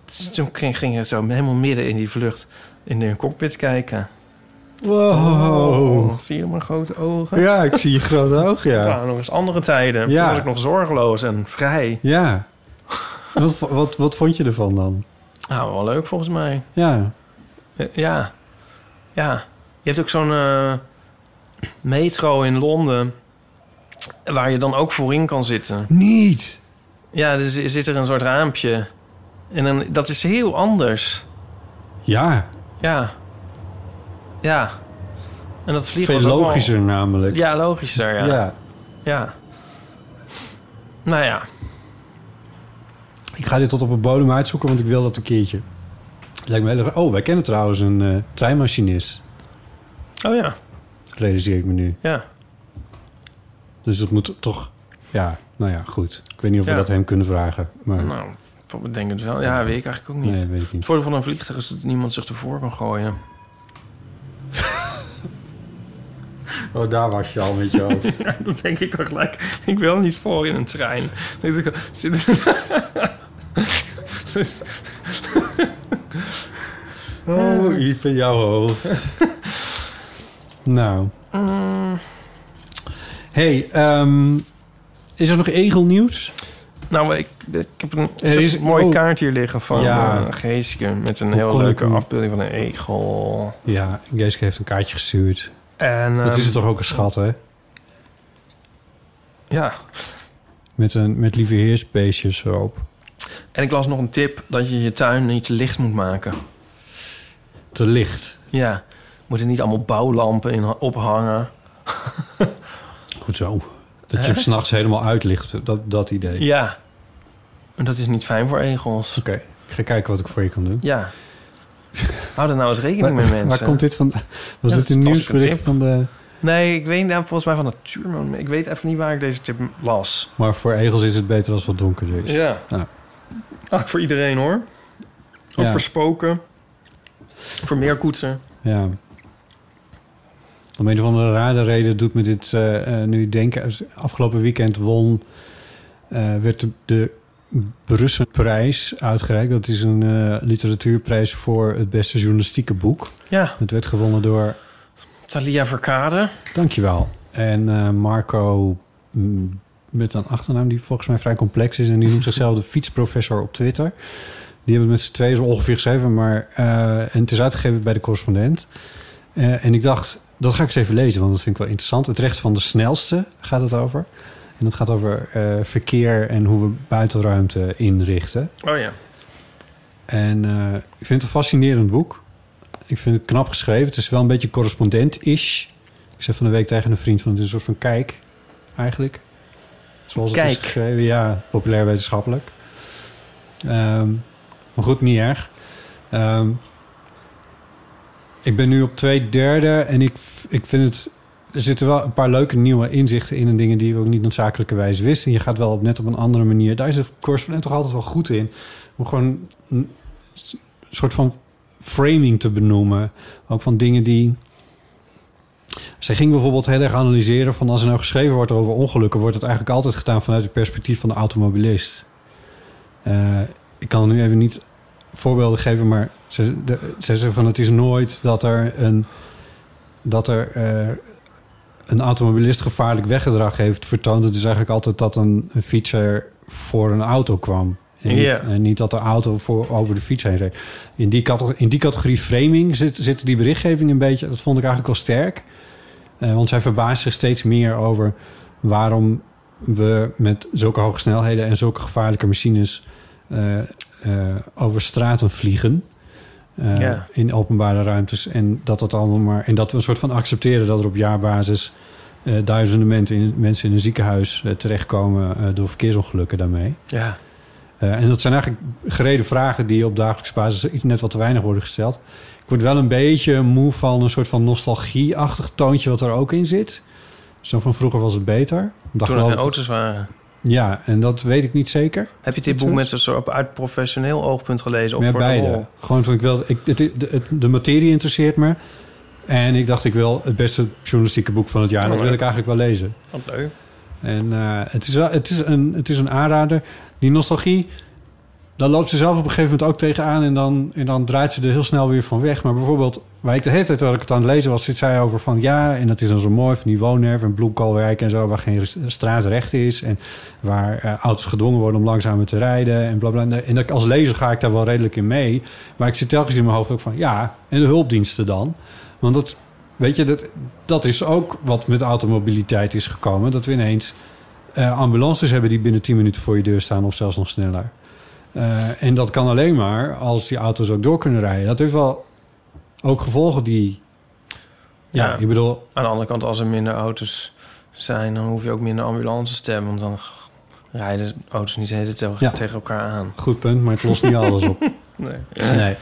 [SPEAKER 3] Dus Toen ging, ging het zo helemaal midden in die vlucht in de cockpit kijken. Oh,
[SPEAKER 4] Wow.
[SPEAKER 3] Zie je mijn grote ogen?
[SPEAKER 4] Ja, ik zie je grote oog,
[SPEAKER 3] Er
[SPEAKER 4] ja.
[SPEAKER 3] waren nog eens andere tijden.
[SPEAKER 4] Ja.
[SPEAKER 3] Toen was ik nog zorgeloos en vrij.
[SPEAKER 4] Ja. Wat, vo- wat, wat vond je ervan dan?
[SPEAKER 3] Nou, wel leuk volgens mij.
[SPEAKER 4] Ja.
[SPEAKER 3] Eh, Ja. Ja. Je hebt ook zo'n eh, metro in Londen... waar je dan ook voorin kan zitten.
[SPEAKER 4] Niet.
[SPEAKER 3] Ja, er zi- zit er een soort raampje. En dan, dat is heel anders.
[SPEAKER 4] Ja,
[SPEAKER 3] Ja. Ja. En dat vliegen
[SPEAKER 4] veel
[SPEAKER 3] was ook wel-
[SPEAKER 4] logischer namelijk.
[SPEAKER 3] Ja, logischer, ja. ja.
[SPEAKER 4] ja.
[SPEAKER 3] Nou ja.
[SPEAKER 4] Ik ga dit tot op de bodem uitzoeken, want ik wil dat een keertje. Lijkt me heel erg... Oh, wij kennen trouwens een eh, treinmachinist,
[SPEAKER 3] Oh ja,
[SPEAKER 4] realiseer ik me nu.
[SPEAKER 3] ja.
[SPEAKER 4] Dus dat moet toch... Ja, nou ja, goed. Ik weet niet of
[SPEAKER 3] Ja.
[SPEAKER 4] we dat hem kunnen vragen. Maar
[SPEAKER 3] Nou, ik denk het wel. Ja, weet ik eigenlijk ook niet.
[SPEAKER 4] nee, weet ik
[SPEAKER 3] Het
[SPEAKER 4] niet.
[SPEAKER 3] voordeel van een vliegtuig is dat niemand zich ervoor kan gooien.
[SPEAKER 4] Oh, daar was je al met je hoofd.
[SPEAKER 3] [laughs] Ja, dan denk ik toch gelijk, ik wil niet voor in een trein. Dan denk ik, zit- Eh.
[SPEAKER 4] Oh, Yves, in jouw hoofd. [laughs] nou.
[SPEAKER 3] Eh.
[SPEAKER 4] Hey, ehm, is er nog egelnieuws?
[SPEAKER 3] nou, ik, ik heb een,
[SPEAKER 4] Er is-
[SPEAKER 3] mooi
[SPEAKER 4] oh.
[SPEAKER 3] kaart hier liggen van
[SPEAKER 4] Ja.
[SPEAKER 3] ja. Geeske... met een
[SPEAKER 4] Hoe
[SPEAKER 3] heel
[SPEAKER 4] kon ik
[SPEAKER 3] leuke
[SPEAKER 4] hem-
[SPEAKER 3] afbeelding van een egel.
[SPEAKER 4] Ja, Geeske heeft een kaartje gestuurd.
[SPEAKER 3] En,
[SPEAKER 4] dat
[SPEAKER 3] ehm,
[SPEAKER 4] is het toch ook een schat, hè?
[SPEAKER 3] Ja,
[SPEAKER 4] Met, een, met lieve heersbeestjes erop.
[SPEAKER 3] en ik las nog een tip dat je je tuin niet te licht moet maken.
[SPEAKER 4] Te licht.
[SPEAKER 3] Ja, moeten niet allemaal bouwlampen in ophangen.
[SPEAKER 4] Goed zo. Dat je hem s'nachts helemaal uitlicht. Dat, dat idee.
[SPEAKER 3] Ja, en dat is niet fijn voor egels.
[SPEAKER 4] Oké, ik ga kijken wat ik voor je kan doen.
[SPEAKER 3] Ja, hou er nou eens rekening mee, mensen.
[SPEAKER 4] Waar komt dit van? Was
[SPEAKER 3] Ja, dat
[SPEAKER 4] dit
[SPEAKER 3] is
[SPEAKER 4] een
[SPEAKER 3] een
[SPEAKER 4] nieuwsbericht
[SPEAKER 3] tip.
[SPEAKER 4] van de...
[SPEAKER 3] Nee, ik weet nou, volgens mij van Natuurmoment. Ik weet even niet waar ik deze tip las.
[SPEAKER 4] Maar voor egels is het beter als het wat donkerder is.
[SPEAKER 3] Ja.
[SPEAKER 4] Ja.
[SPEAKER 3] Ach, voor iedereen hoor. Ook
[SPEAKER 4] Ja.
[SPEAKER 3] voor spoken. Voor meerkoetsen.
[SPEAKER 4] Ja. Om een of andere rare reden doet me dit eh, eh, nu denken. Afgelopen weekend won, eh, werd de, de Brusselprijs uitgereikt. Dat is een eh, literatuurprijs voor het beste journalistieke boek.
[SPEAKER 3] Ja,
[SPEAKER 4] Het werd gewonnen door,
[SPEAKER 3] Thalia Verkade.
[SPEAKER 4] dankjewel, en eh, Marco mm, met een achternaam die volgens mij vrij complex is. En die noemt zichzelf de fietsprofessor op Twitter. Die hebben het met z'n tweeën zo ongeveer geschreven. Maar, eh, en het is uitgegeven bij de correspondent. Eh, en ik dacht, dat ga ik eens even lezen, want dat vind ik wel interessant. Het recht van de snelste gaat het over. En dat gaat over eh, verkeer en hoe we buitenruimte inrichten.
[SPEAKER 3] Oh ja.
[SPEAKER 4] En eh, ik vind het een fascinerend boek. Ik vind het knap geschreven. Het is wel een beetje correspondent-ish. Ik zei van de week tegen een vriend van... het is een soort van kijk, eigenlijk. Zoals het
[SPEAKER 3] Kijk.
[SPEAKER 4] is geschreven. Ja, populair wetenschappelijk. Ehm, maar goed, niet erg. Ehm, Ik ben nu op twee derde en ik, ik vind het... Er zitten wel een paar leuke nieuwe inzichten in en dingen die we ook niet noodzakelijkerwijs wisten. Je gaat wel op, net op een andere manier. Daar is de correspondent toch altijd wel goed in. Om gewoon een soort van framing te benoemen. Ook van dingen die... Zij ging bijvoorbeeld heel erg analyseren van als er nou geschreven wordt over ongelukken, wordt het eigenlijk altijd gedaan vanuit het perspectief van de automobilist. Eh, ik kan nu even niet voorbeelden geven, maar ze, de, ze zegt van het is nooit dat er een dat er eh, een automobilist gevaarlijk weggedrag heeft vertoond. Het is eigenlijk altijd dat een, een fietser voor een auto kwam. En, niet-
[SPEAKER 3] Ja.
[SPEAKER 4] en niet dat de auto voor, over de fiets heen reed. In die, cate- in die categorie framing zit, zit die berichtgeving een beetje... dat vond ik eigenlijk wel sterk. Eh, want zij verbaast zich steeds meer over waarom we met zulke hoge snelheden en zulke gevaarlijke machines eh, eh, over straten vliegen. eh,
[SPEAKER 3] Ja.
[SPEAKER 4] In openbare ruimtes. En dat, dat allemaal maar, en dat we een soort van accepteren dat er op jaarbasis eh, duizenden mensen in, mensen in een ziekenhuis eh, terechtkomen eh, door verkeersongelukken daarmee.
[SPEAKER 3] Ja.
[SPEAKER 4] Eh, en dat zijn eigenlijk gereden vragen die op dagelijkse basis iets net wat te weinig worden gesteld. Ik word wel een beetje moe van een soort van nostalgie-achtig toontje wat er ook in zit. Zo van vroeger was het beter. Dat
[SPEAKER 3] Toen er
[SPEAKER 4] geloof
[SPEAKER 3] geen
[SPEAKER 4] ik-
[SPEAKER 3] auto's waren.
[SPEAKER 4] Ja, en dat weet ik niet zeker.
[SPEAKER 3] Heb je dit boek met een soort uit professioneel oogpunt gelezen? Of
[SPEAKER 4] Meer
[SPEAKER 3] voor
[SPEAKER 4] beide.
[SPEAKER 3] de rol?
[SPEAKER 4] Gewoon van ik wil, ik, het, het- het- de materie interesseert me. En ik dacht, ik wil het beste journalistieke boek van het jaar.
[SPEAKER 3] Oh,
[SPEAKER 4] Dat wil
[SPEAKER 3] leuk.
[SPEAKER 4] ik eigenlijk wel lezen.
[SPEAKER 3] Wat leuk.
[SPEAKER 4] En eh, het, is wel, het, is een, het is een aanrader. Die nostalgie, daar loopt ze zelf op een gegeven moment ook tegenaan. En dan, en dan draait ze er heel snel weer van weg. Maar bijvoorbeeld, waar ik de hele tijd dat ik het aan het lezen was, zit zij over van ja. En dat is dan zo mooi van die woonerf en bloemkalwijk en zo. Waar geen straat recht is. En waar eh, auto's gedwongen worden om langzamer te rijden. En bla bla. En dat, als lezer ga ik daar wel redelijk in mee. Maar ik zit telkens in mijn hoofd ook van ja. En de hulpdiensten dan. Want dat, weet je, dat, dat is ook wat met automobiliteit is gekomen. Dat we ineens eh, ambulances hebben die binnen 10 minuten voor je deur staan of zelfs nog sneller. Eh, en dat kan alleen maar als die auto's ook door kunnen rijden. Dat heeft wel ook gevolgen die. Ja,
[SPEAKER 3] Ja.
[SPEAKER 4] ik bedoel,
[SPEAKER 3] Aan de andere kant, als er minder auto's zijn... dan hoef je ook minder ambulances te hebben. Want dan g- rijden auto's niet de hele tijd
[SPEAKER 4] Ja.
[SPEAKER 3] tegen elkaar aan.
[SPEAKER 4] goed punt, maar het lost niet alles op.
[SPEAKER 3] Nee.
[SPEAKER 4] Nee.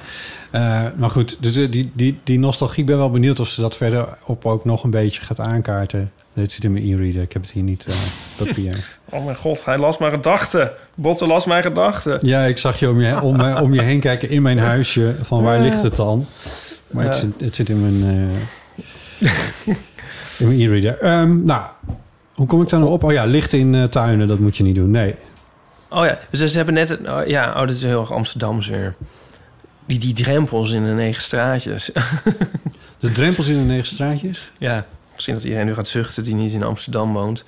[SPEAKER 4] Eh, maar goed, dus eh, die, die, die nostalgie, ik ben wel benieuwd of ze dat verder op ook nog een beetje gaat aankaarten. Dit zit in mijn e-reader, ik heb het hier niet eh, [laughs] papier.
[SPEAKER 3] Oh mijn god, hij las mijn gedachten. Botte las mijn gedachten.
[SPEAKER 4] Ja, ik zag je om je, om, eh, om je heen kijken in mijn huisje, van waar ligt het dan? Maar het,
[SPEAKER 3] Ja.
[SPEAKER 4] zit, het zit in mijn, eh, in mijn e-reader. Ehm, nou, hoe kom ik daar nou op? Oh ja, licht in eh, tuinen, dat moet je niet doen. Nee,
[SPEAKER 3] Oh ja, dus ze hebben net... het- oh ja, oh, dit is heel erg Amsterdams weer. Die, die drempels in de negen straatjes. [laughs]
[SPEAKER 4] de drempels in de negen straatjes.
[SPEAKER 3] ja, misschien dat iedereen nu gaat zuchten die niet in Amsterdam woont.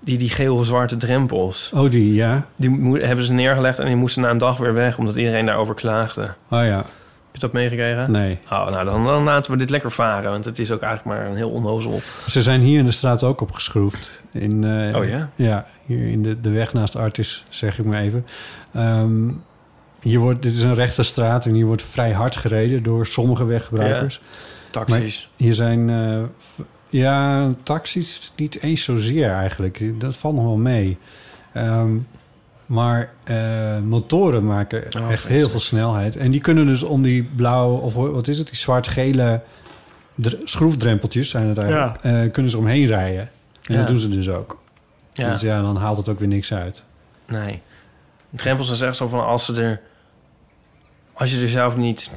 [SPEAKER 3] Die, die geel-zwarte drempels.
[SPEAKER 4] Oh, die, ja.
[SPEAKER 3] Die mo- hebben ze neergelegd en die moesten na een dag weer weg... omdat iedereen daarover klaagde. Heb
[SPEAKER 4] Oh ja,
[SPEAKER 3] je dat meegekregen?
[SPEAKER 4] nee.
[SPEAKER 3] Oh, nou, dan, dan laten we dit lekker varen. Want het is ook eigenlijk maar een heel onnozel...
[SPEAKER 4] Ze zijn hier in de straat ook opgeschroefd. In, eh,
[SPEAKER 3] Oh ja?
[SPEAKER 4] Ja, hier in de, de weg naast Artis, zeg ik maar even. Ehm, hier wordt, dit is een rechte straat en hier wordt vrij hard gereden door sommige weggebruikers.
[SPEAKER 3] Taxis.
[SPEAKER 4] Hier zijn eh, v- ja, taxis niet eens zozeer eigenlijk. Dat valt nog wel mee. Ehm, maar eh, motoren maken echt heel
[SPEAKER 3] Oh, vreselijk.
[SPEAKER 4] veel snelheid. En die kunnen dus om die blauwe, of ho- wat is het, die zwart-gele dr- schroefdrempeltjes zijn het eigenlijk, eh, kunnen ze omheen rijden. En
[SPEAKER 3] Ja.
[SPEAKER 4] dat doen ze dus ook.
[SPEAKER 3] Ja.
[SPEAKER 4] Dus ja, dan haalt het ook weer niks uit.
[SPEAKER 3] Nee. Drempels is echt zo van als ze er... Als je er zelf niet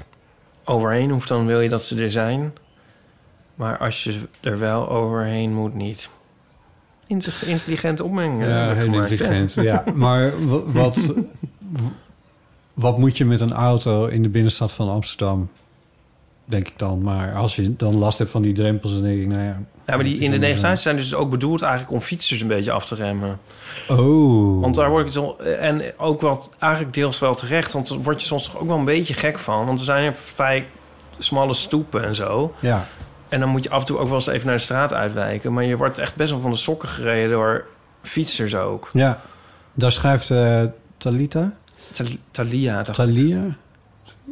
[SPEAKER 3] overheen hoeft, dan wil je dat ze er zijn. Maar als je er wel overheen moet, niet. Inter- Intelligente opmerking. eh,
[SPEAKER 4] Ja,
[SPEAKER 3] heb ik
[SPEAKER 4] heel
[SPEAKER 3] gemaakt,
[SPEAKER 4] intelligent. [laughs] Ja. Maar wa- wat, wat moet je met een auto in de binnenstad van Amsterdam? Denk ik dan. Maar als je dan last hebt van die drempels, dan denk ik, nou ja.
[SPEAKER 3] Ja, maar die
[SPEAKER 4] het is
[SPEAKER 3] in de
[SPEAKER 4] allemaal
[SPEAKER 3] negen
[SPEAKER 4] zo.
[SPEAKER 3] stages zijn dus ook bedoeld eigenlijk om fietsers een beetje af te remmen.
[SPEAKER 4] Oh.
[SPEAKER 3] Want daar word ik zo... En ook wel eigenlijk deels wel terecht. Want daar word je soms toch ook wel een beetje gek van. Want er zijn er vrij smalle stoepen en zo.
[SPEAKER 4] Ja.
[SPEAKER 3] En dan moet je af en toe ook wel eens even naar de straat uitwijken. Maar je wordt echt best wel van de sokken gereden door fietsers ook.
[SPEAKER 4] ja. Daar schrijft eh, Talita.
[SPEAKER 3] Tal- Thalia, dacht ik.
[SPEAKER 4] Thalia?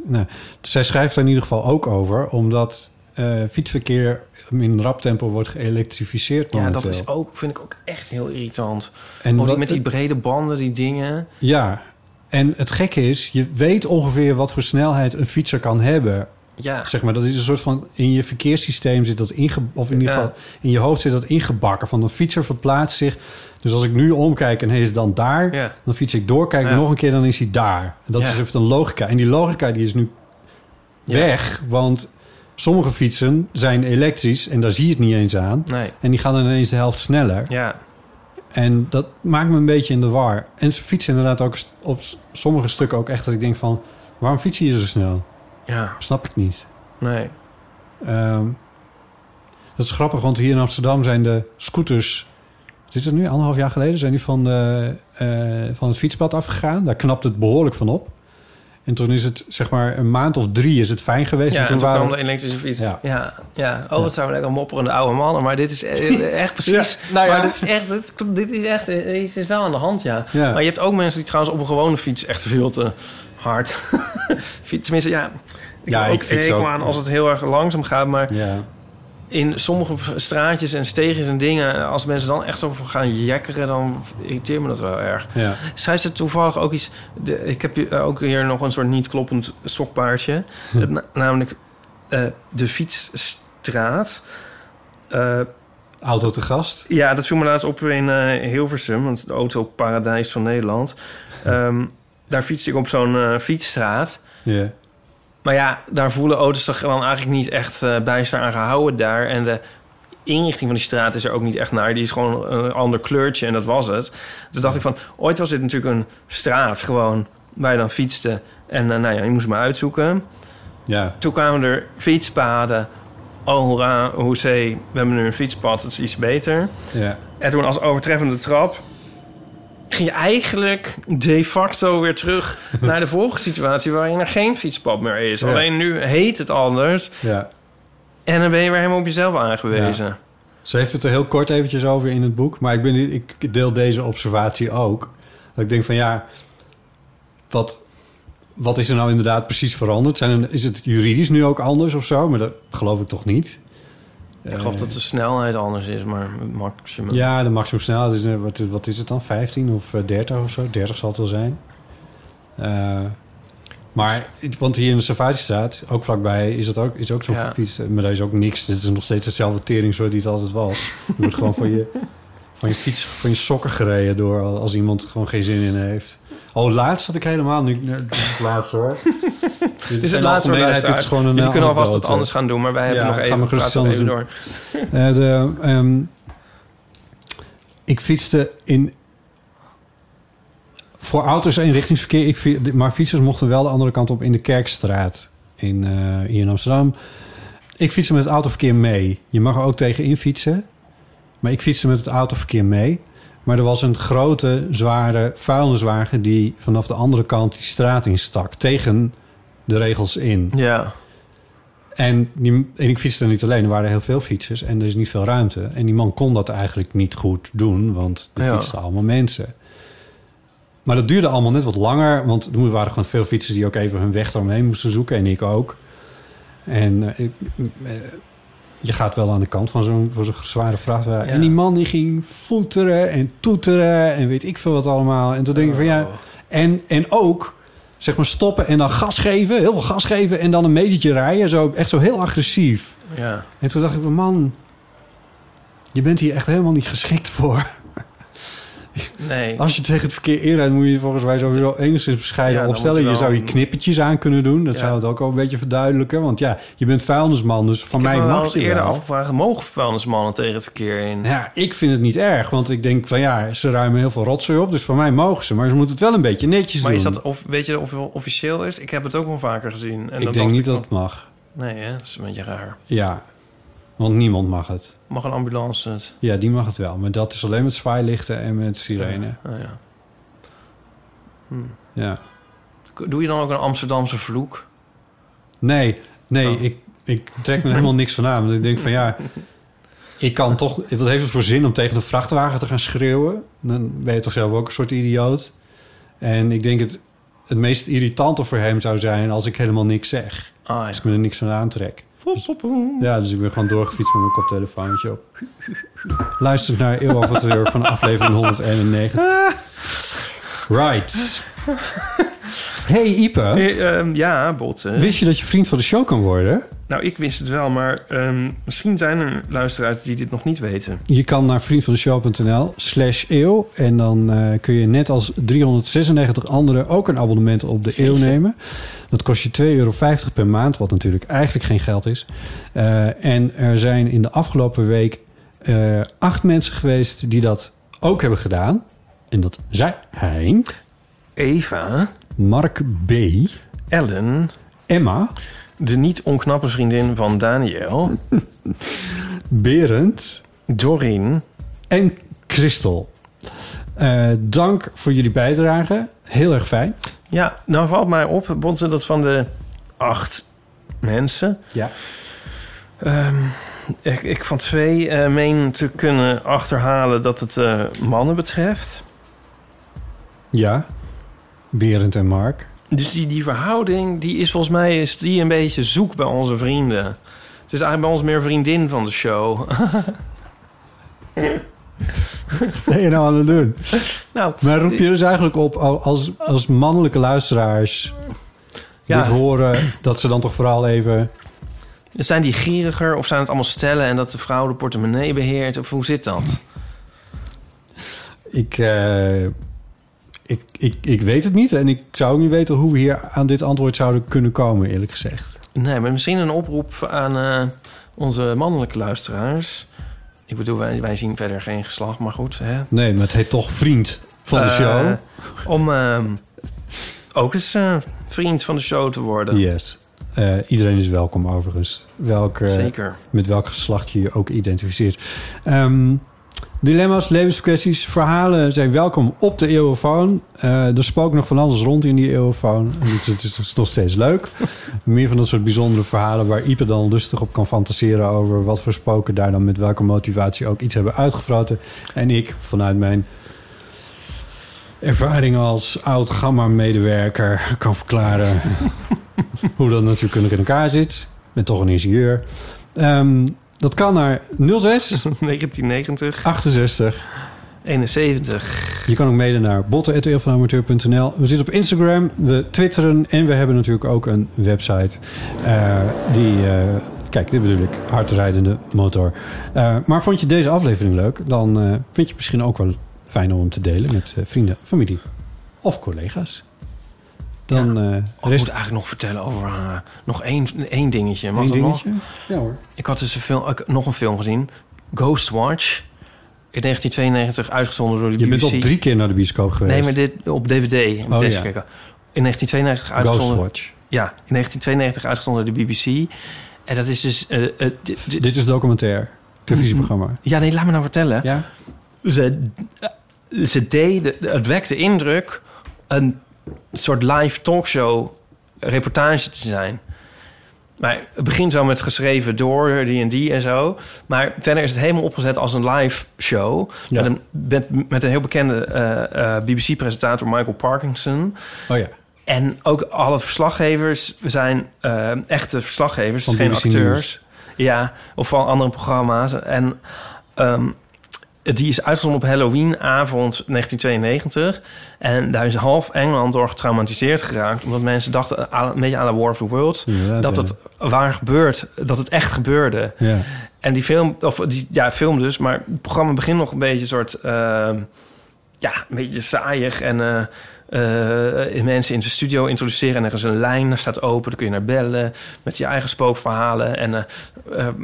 [SPEAKER 4] Nou, zij schrijft er in ieder geval ook over, omdat eh, fietsverkeer in rap tempo wordt geëlektrificeerd.
[SPEAKER 3] Ja, dat
[SPEAKER 4] momenteel.
[SPEAKER 3] is ook, vind ik ook echt heel irritant.
[SPEAKER 4] En
[SPEAKER 3] Of die-
[SPEAKER 4] wat-
[SPEAKER 3] met die brede banden, die dingen.
[SPEAKER 4] Ja, en het gekke is, je weet ongeveer wat voor snelheid een fietser kan hebben
[SPEAKER 3] Ja.
[SPEAKER 4] Zeg maar, dat is een soort van... In je verkeerssysteem zit dat ingebakken. Of in ieder
[SPEAKER 3] Ja.
[SPEAKER 4] geval in je hoofd zit dat ingebakken. Van een fietser verplaatst zich... Dus als ik nu omkijk en hij is dan daar...
[SPEAKER 3] Ja.
[SPEAKER 4] Dan fiets ik door, kijk
[SPEAKER 3] Ja.
[SPEAKER 4] nog een keer, dan is hij daar. En dat
[SPEAKER 3] Ja.
[SPEAKER 4] is even een logica. En die logica die is nu
[SPEAKER 3] Ja.
[SPEAKER 4] weg. Want sommige fietsen zijn elektrisch... en daar zie je het niet eens aan.
[SPEAKER 3] Nee.
[SPEAKER 4] En die gaan dan ineens de helft sneller.
[SPEAKER 3] Ja.
[SPEAKER 4] En dat maakt me een beetje in de war. En ze fietsen inderdaad ook st- op s- sommige stukken ook echt dat ik denk van... waarom fietsen je zo snel?
[SPEAKER 3] Ja.
[SPEAKER 4] Snap ik niet.
[SPEAKER 3] Nee.
[SPEAKER 4] Ehm, dat is grappig, want hier in Amsterdam zijn de scooters... Wat is het nu? Anderhalf jaar geleden zijn die van, de, eh, van het fietspad afgegaan. Daar knapt het behoorlijk van op. En toen is het, zeg maar, een maand of drie is het fijn geweest.
[SPEAKER 3] Ja, en
[SPEAKER 4] en
[SPEAKER 3] toen
[SPEAKER 4] waren-
[SPEAKER 3] kwam de elektrische fiets.
[SPEAKER 4] Ja.
[SPEAKER 3] Ja, ja. Oh, wat zijn we lekker mopperende oude mannen. Maar dit is e- echt precies...
[SPEAKER 4] [laughs] Ja, nou ja.
[SPEAKER 3] Maar dit is echt... Dit, dit is echt... Dit is wel aan de Oh hand, ja.
[SPEAKER 4] Ja.
[SPEAKER 3] Maar je hebt ook mensen die trouwens op een gewone fiets echt veel te hard... [laughs] fietsen. Tenminste, ja... Ik
[SPEAKER 4] Ja,
[SPEAKER 3] heb
[SPEAKER 4] ik fiets
[SPEAKER 3] hekel
[SPEAKER 4] ook.
[SPEAKER 3] aan als het heel erg langzaam gaat. Maar
[SPEAKER 4] Ja.
[SPEAKER 3] in sommige straatjes en steegjes en dingen... als mensen dan echt zo gaan jekkeren... dan irriteert me dat wel erg.
[SPEAKER 4] Ja.
[SPEAKER 3] Zij ze toevallig ook iets. De, ik heb hier, eh, ook hier nog een soort niet kloppend stokpaardje.
[SPEAKER 4] Hm.
[SPEAKER 3] Het na- namelijk eh, de fietsstraat. Eh,
[SPEAKER 4] Auto te gast.
[SPEAKER 3] ja, dat viel me laatst op in eh, Hilversum, want het autoparadijs van Nederland. Ehm, daar fietste ik op zo'n eh, fietsstraat.
[SPEAKER 4] Ja.
[SPEAKER 3] Maar ja, daar voelen auto's zich dan eigenlijk niet echt eh, bijster aan gehouden daar. En de inrichting van die straat is er ook niet echt naar. Die is gewoon een ander kleurtje en dat was het. Dus dacht ik van, ooit was dit natuurlijk een straat gewoon waar je dan fietste. En eh, nou ja, je moest maar uitzoeken.
[SPEAKER 4] Ja.
[SPEAKER 3] Toen kwamen er fietspaden. Oh, hoera, hoezee, we hebben nu een fietspad, dat is iets beter.
[SPEAKER 4] Ja.
[SPEAKER 3] En toen als overtreffende trap ging je eigenlijk de facto weer terug naar de vorige situatie waarin er geen fietspad meer is.
[SPEAKER 4] Ja.
[SPEAKER 3] Alleen nu heet het anders
[SPEAKER 4] ja.
[SPEAKER 3] en dan ben je weer helemaal op jezelf aangewezen.
[SPEAKER 4] Ze heeft het er heel kort eventjes over in het boek. Maar ik, ben, ik deel deze observatie ook. Dat ik denk van ja, wat, wat is er nou inderdaad precies veranderd? Zijn er, is het juridisch nu ook anders of zo? Maar dat geloof ik toch niet.
[SPEAKER 3] Ik geloof dat de snelheid anders is, maar het maximum.
[SPEAKER 4] Ja, de maximumsnelheid is, eh, wat, wat is het dan? 15 of eh, 30 of zo? 30 zal het wel zijn. Eh, maar, het- want hier in de Savagestraat, ook vlakbij, is dat ook, is ook zo'n
[SPEAKER 3] Ja.
[SPEAKER 4] fiets. eh, Maar daar is ook niks. Dit is nog steeds hetzelfde teringzooi die het altijd was. Je wordt gewoon van
[SPEAKER 3] [laughs]
[SPEAKER 4] je, van je fiets, van je sokken gereden door als iemand gewoon geen zin in heeft. Oh, laatst had ik helemaal nu. nee, Dit is het
[SPEAKER 3] [laughs]
[SPEAKER 4] laatste hoor. dit
[SPEAKER 3] Dit is het
[SPEAKER 4] in
[SPEAKER 3] laatste
[SPEAKER 4] algemeenheid,
[SPEAKER 3] luisteraar.
[SPEAKER 4] dit is gewoon een
[SPEAKER 3] Jullie kunnen alvast wat
[SPEAKER 4] anekdote.
[SPEAKER 3] anders gaan doen, maar wij hebben
[SPEAKER 4] Ja,
[SPEAKER 3] nog
[SPEAKER 4] ga
[SPEAKER 3] even,
[SPEAKER 4] maar gerust
[SPEAKER 3] praten nog
[SPEAKER 4] iets
[SPEAKER 3] even
[SPEAKER 4] anders
[SPEAKER 3] door.
[SPEAKER 4] Eh, de, ehm, ik fietste in... Voor auto's eenrichtingsverkeer. Ik, fi- maar fietsers mochten wel de andere kant op in de Kerkstraat in, eh, hier in Amsterdam. Ik fietste met het autoverkeer mee. Je mag er ook tegenin fietsen. Maar ik fietste met het autoverkeer mee. Maar er was een grote, zware vuilniswagen... die vanaf de andere kant die straat instak. Tegen de regels in.
[SPEAKER 3] Ja,
[SPEAKER 4] En, die, en ik fietste er niet alleen. Er waren heel veel fietsers en er is niet veel ruimte. En die man kon dat eigenlijk niet goed doen, want er
[SPEAKER 3] Ja.
[SPEAKER 4] fietsten allemaal mensen. Maar dat duurde allemaal net wat langer, want er waren gewoon veel fietsers die ook even hun weg eromheen moesten zoeken en ik ook. En eh, ik- eh, je gaat wel aan de kant van zo'n van zo'n zware vrachtwagen.
[SPEAKER 3] Ja.
[SPEAKER 4] En die man die ging voeteren en toeteren en weet ik veel wat allemaal. En toen denk ik van
[SPEAKER 3] Oh.
[SPEAKER 4] ja, en, en ook zeg maar stoppen en dan gas geven, heel veel gas geven en dan een metertje rijden. Zo, echt zo heel agressief.
[SPEAKER 3] ja.
[SPEAKER 4] En toen dacht ik, man, je bent hier echt helemaal niet geschikt voor.
[SPEAKER 3] Nee.
[SPEAKER 4] Als je tegen het verkeer inrijdt, moet je volgens mij sowieso enigszins bescheiden
[SPEAKER 3] Ja, dan
[SPEAKER 4] opstellen.
[SPEAKER 3] moet
[SPEAKER 4] Je
[SPEAKER 3] je wel-
[SPEAKER 4] zou je knippertjes aan kunnen doen. Dat
[SPEAKER 3] Ja.
[SPEAKER 4] zou het ook al een beetje verduidelijken. Want ja, je bent vuilnisman, dus van
[SPEAKER 3] ik
[SPEAKER 4] mij
[SPEAKER 3] heb me wel
[SPEAKER 4] mag
[SPEAKER 3] eens
[SPEAKER 4] je
[SPEAKER 3] eerder
[SPEAKER 4] wel.
[SPEAKER 3] afgevraagd, mogen vuilnismannen tegen het verkeer in?
[SPEAKER 4] Ja, ik vind het niet erg, want ik denk van ja, ze ruimen heel veel rotzooi op, dus van mij mogen ze. Maar ze moeten het wel een beetje netjes
[SPEAKER 3] Maar
[SPEAKER 4] doen.
[SPEAKER 3] is dat, of, weet je of het officieel is? Ik heb het ook wel vaker gezien. En
[SPEAKER 4] ik
[SPEAKER 3] dan
[SPEAKER 4] denk
[SPEAKER 3] dacht
[SPEAKER 4] niet dat
[SPEAKER 3] van,
[SPEAKER 4] het mag.
[SPEAKER 3] Nee, hè? dat is een beetje raar.
[SPEAKER 4] Ja, want niemand mag het.
[SPEAKER 3] Mag een ambulance het?
[SPEAKER 4] Ja, die mag het wel. Maar dat is alleen met zwaailichten en met sirene.
[SPEAKER 3] Ah, ja.
[SPEAKER 4] Ja.
[SPEAKER 3] Doe je dan ook een Amsterdamse vloek?
[SPEAKER 4] Nee, nee,
[SPEAKER 3] Oh.
[SPEAKER 4] ik, ik trek me er helemaal niks van aan. Want ik denk van ja, ik kan toch... Wat heeft het voor zin om tegen een vrachtwagen te gaan schreeuwen? Dan ben je toch zelf ook een soort idioot. En ik denk het, het meest irritante voor hem zou zijn als ik helemaal niks zeg.
[SPEAKER 3] Ah,
[SPEAKER 4] Als ik me er niks van aantrek.
[SPEAKER 3] ja.
[SPEAKER 4] Ja, dus ik ben gewoon doorgefietst met mijn koptelefoontje op. Luister naar Eeuw over het Uur van aflevering 191. Right. hey, Ipe.
[SPEAKER 3] Eh, ehm, ja, Bot. eh.
[SPEAKER 4] Wist je dat je vriend van de show kan worden?
[SPEAKER 3] Nou, ik wist het wel, maar ehm, misschien zijn er luisteraars die dit nog niet weten.
[SPEAKER 4] Je kan naar vriendvandeshow.nl slash eeuw. En dan eh, kun je net als 396 anderen ook een abonnement op de eeuw nemen. Dat kost je 2,50 euro per maand, wat natuurlijk eigenlijk geen geld is. Eh, en er zijn in de afgelopen week eh, acht mensen geweest die dat ook hebben gedaan. En dat zijn Hein,
[SPEAKER 3] Eva,
[SPEAKER 4] Mark B.,
[SPEAKER 3] Ellen,
[SPEAKER 4] Emma,
[SPEAKER 3] de niet onknappe vriendin van Daniel,
[SPEAKER 4] Berend
[SPEAKER 3] Doreen.
[SPEAKER 4] en Christel. Eh, dank voor jullie bijdrage. Heel erg fijn.
[SPEAKER 3] Ja, nou valt mij op, Bonte, dat van de acht mensen...
[SPEAKER 4] Ja.
[SPEAKER 3] ehm, ik, ik van twee eh, meen te kunnen achterhalen dat het eh, mannen betreft.
[SPEAKER 4] Ja, Berend en Mark.
[SPEAKER 3] Dus die, die verhouding, die is volgens mij is die een beetje zoek bij onze vrienden. Het is eigenlijk bij ons meer vriendin van de show. [laughs]
[SPEAKER 4] Ben je nou aan het doen?
[SPEAKER 3] nou,
[SPEAKER 4] Maar roep je dus eigenlijk op als, als mannelijke luisteraars
[SPEAKER 3] Ja.
[SPEAKER 4] dit horen... dat ze dan toch vooral even...
[SPEAKER 3] zijn die gieriger of zijn het allemaal stellen en dat de vrouw de portemonnee beheert? Of hoe zit dat?
[SPEAKER 4] Ik, eh, ik, ik, ik weet het niet en ik zou ook niet weten... hoe we hier aan dit antwoord zouden kunnen komen, eerlijk gezegd.
[SPEAKER 3] Nee, maar misschien een oproep aan eh, onze mannelijke luisteraars. Ik bedoel, wij, wij zien verder geen geslacht, maar goed. Hè?
[SPEAKER 4] Nee, maar het heet toch vriend van de
[SPEAKER 3] Eh,
[SPEAKER 4] show.
[SPEAKER 3] Om ehm, ook eens eh, vriend van de show te worden.
[SPEAKER 4] Yes. Eh, iedereen is welkom overigens. Welke,
[SPEAKER 3] Zeker. [laughs]
[SPEAKER 4] met welk geslacht je je ook identificeert. Ehm, dilemma's, levenskwesties, verhalen zijn welkom op de Eeuwofoon. Eh er spookt nog van alles rond in die Eeuwofoon. En Het is, het is- het is nog steeds leuk. Meer van dat soort bijzondere verhalen waar Ipe dan lustig op kan fantaseren over wat voor spoken daar dan met welke motivatie ook iets hebben uitgefroten. En ik, vanuit mijn ervaring als oud gamma-medewerker, kan verklaren [laughs] hoe dat natuurlijk in elkaar zit. Met toch een ingenieur. Ehm, dat kan naar 06
[SPEAKER 3] 1990,
[SPEAKER 4] 68.
[SPEAKER 3] 71.
[SPEAKER 4] Je kan ook mede naar botten.eeuwvanamateur.nl. We zitten op Instagram, we twitteren en we hebben natuurlijk ook een website. eh, die, eh, kijk, dit bedoel ik, hardrijdende motor. Eh, maar vond je deze aflevering leuk? Dan eh, vind je het misschien ook wel fijn om hem te delen met eh, vrienden, familie of collega's. Dan eh
[SPEAKER 3] Oh, ik
[SPEAKER 4] rest
[SPEAKER 3] moet eigenlijk nog vertellen over eh, nog één, één dingetje. Mag
[SPEAKER 4] één
[SPEAKER 3] dat nog?
[SPEAKER 4] dingetje. Ja hoor.
[SPEAKER 3] Ik had dus een film, ik- nog een film gezien. Ghostwatch. In 1992 uitgezonden door de
[SPEAKER 4] Je
[SPEAKER 3] BBC.
[SPEAKER 4] bent al drie keer naar de bioscoop geweest.
[SPEAKER 3] Nee, maar dit op DVD.
[SPEAKER 4] Oh,
[SPEAKER 3] Oh,
[SPEAKER 4] ja.
[SPEAKER 3] In 1992 uitgezonden.
[SPEAKER 4] Ghostwatch.
[SPEAKER 3] Ja, in 1992 uitgezonden door de BBC. En dat is dus... eh, eh, dit- dit-
[SPEAKER 4] Dit is documentair.
[SPEAKER 3] [laughs]
[SPEAKER 4] Televisieprogramma.
[SPEAKER 3] ja, nee, laat me nou vertellen.
[SPEAKER 4] Ja?
[SPEAKER 3] Ze, ze deden... Het wekte indruk een soort live talkshow reportage te zijn. Maar het begint wel met geschreven door die en die en zo. Maar verder is het helemaal opgezet als een live show.
[SPEAKER 4] Ja.
[SPEAKER 3] Met, een, met, met een heel bekende eh, BBC-presentator Michael Parkinson.
[SPEAKER 4] Oh ja.
[SPEAKER 3] En ook alle verslaggevers zijn eh, echte verslaggevers,
[SPEAKER 4] Van
[SPEAKER 3] geen
[SPEAKER 4] BBC
[SPEAKER 3] acteurs. Ja, of van andere programma's. En ehm, die is uitgezonden op Halloweenavond 1992. En daar is half Engeland door getraumatiseerd geraakt. Omdat mensen dachten, aan- een beetje aan de War of the Worlds...
[SPEAKER 4] Inderdaad,
[SPEAKER 3] dat
[SPEAKER 4] ja.
[SPEAKER 3] het waar gebeurt, dat het echt gebeurde.
[SPEAKER 4] Ja.
[SPEAKER 3] [laughs] En die film, of die, ja, film dus, maar het programma begint nog een beetje een soort, ehm, ja, een beetje saaiig. En eh, eh, mensen in de studio introduceren en er is een lijn, daar staat open, dan kun je naar bellen met je eigen spookverhalen. En eh, ehm,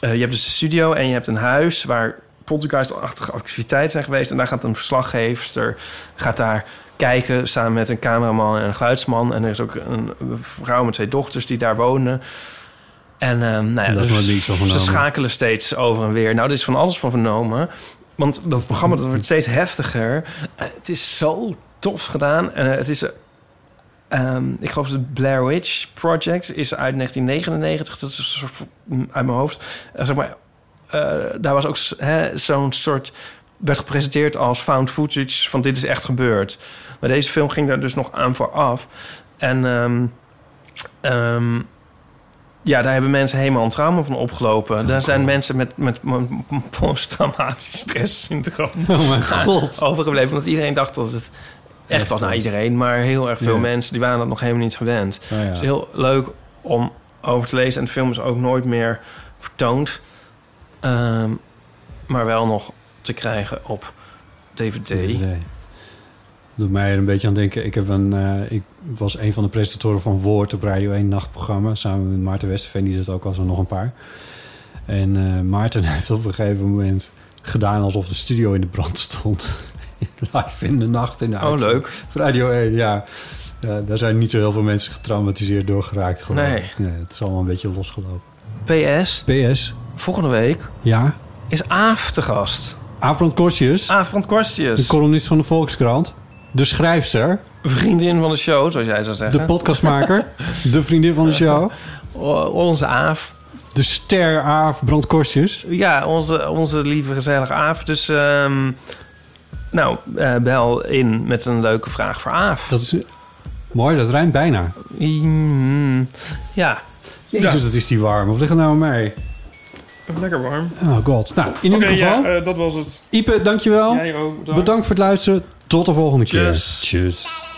[SPEAKER 3] eh, je hebt dus een studio en je hebt een huis waar podcastachtige activiteiten zijn geweest. En daar gaat een verslaggeefster, gaat daar kijken samen met een cameraman en een geluidsman. En er is ook een vrouw met twee dochters die daar wonen. En ehm nou ja,
[SPEAKER 4] Dat is
[SPEAKER 3] dus
[SPEAKER 4] wel niets van
[SPEAKER 3] ze
[SPEAKER 4] vernomen.
[SPEAKER 3] schakelen steeds over en weer. Nou, er is van alles van vernomen. Want dat programma dat wordt steeds heftiger. Eh, Het is zo tof gedaan. En eh, het is... eh, ehm, ik geloof dat het Blair Witch Project is uit 1999. Dat is een soort van- uit mijn hoofd. Eh, zeg maar, eh, daar was ook s- hè, zo'n soort... werd gepresenteerd als found footage van dit is echt gebeurd. Maar deze film ging daar dus nog aan vooraf. En ehm, ehm, ja, daar hebben mensen helemaal een trauma van opgelopen. daar zijn mensen met, met, met posttraumatisch stresssyndroom
[SPEAKER 4] Oh mijn god.
[SPEAKER 3] [laughs] overgebleven. Omdat iedereen dacht dat het echt wel naar iedereen, maar heel erg veel
[SPEAKER 4] Ja.
[SPEAKER 3] mensen die waren dat nog helemaal niet gewend.
[SPEAKER 4] Nou ja.
[SPEAKER 3] Het is heel leuk om over te lezen. En de film is ook nooit meer vertoond. Ehm, maar wel nog te krijgen op DVD.
[SPEAKER 4] Nee. Doet mij er een beetje aan denken. Ik, heb een, eh, ik was een van de presentatoren van Woord op Radio 1 Nachtprogramma. Samen met Maarten Westerveen, die dat ook was en nog een paar. En eh, Maarten [laughs] heeft op een gegeven moment gedaan alsof de studio in de brand stond. [laughs] Live in de nacht in de
[SPEAKER 3] Oh,
[SPEAKER 4] auto.
[SPEAKER 3] leuk.
[SPEAKER 4] Op Radio 1, ja. Ja, daar zijn niet zo heel veel mensen getraumatiseerd door geraakt. Gewoon.
[SPEAKER 3] Nee.
[SPEAKER 4] Het is allemaal een beetje losgelopen.
[SPEAKER 3] PS,
[SPEAKER 4] PS,
[SPEAKER 3] volgende week
[SPEAKER 4] ja.
[SPEAKER 3] is Aaf te gast.
[SPEAKER 4] Aafrand Kortjes,
[SPEAKER 3] Aaf van
[SPEAKER 4] de
[SPEAKER 3] Korstjes.
[SPEAKER 4] columnist van de Volkskrant. De schrijfster.
[SPEAKER 3] vriendin van de show, zoals jij zou
[SPEAKER 4] De
[SPEAKER 3] zeggen. [laughs]
[SPEAKER 4] podcastmaker, de vriendin van de show,
[SPEAKER 3] O- onze Aaf.
[SPEAKER 4] de ster Aaf Brandkorstjes.
[SPEAKER 3] Ja, onze, onze lieve gezellige Aaf. Dus ehm, nou, eh, bel in met een leuke vraag voor Aaf.
[SPEAKER 4] Dat is mooi, dat rijmt bijna.
[SPEAKER 3] Mm, ja,
[SPEAKER 4] Jezus, dat is die warm. Of ligt het nou aan mij?
[SPEAKER 3] lekker warm. eh,
[SPEAKER 4] Oh god. Nou, in ieder geval,
[SPEAKER 3] dat was het.
[SPEAKER 4] Ipe, dankjewel.
[SPEAKER 3] ook.
[SPEAKER 4] Bedankt voor het luisteren. Tot de volgende keer.
[SPEAKER 3] Tjus.
[SPEAKER 4] Tjus.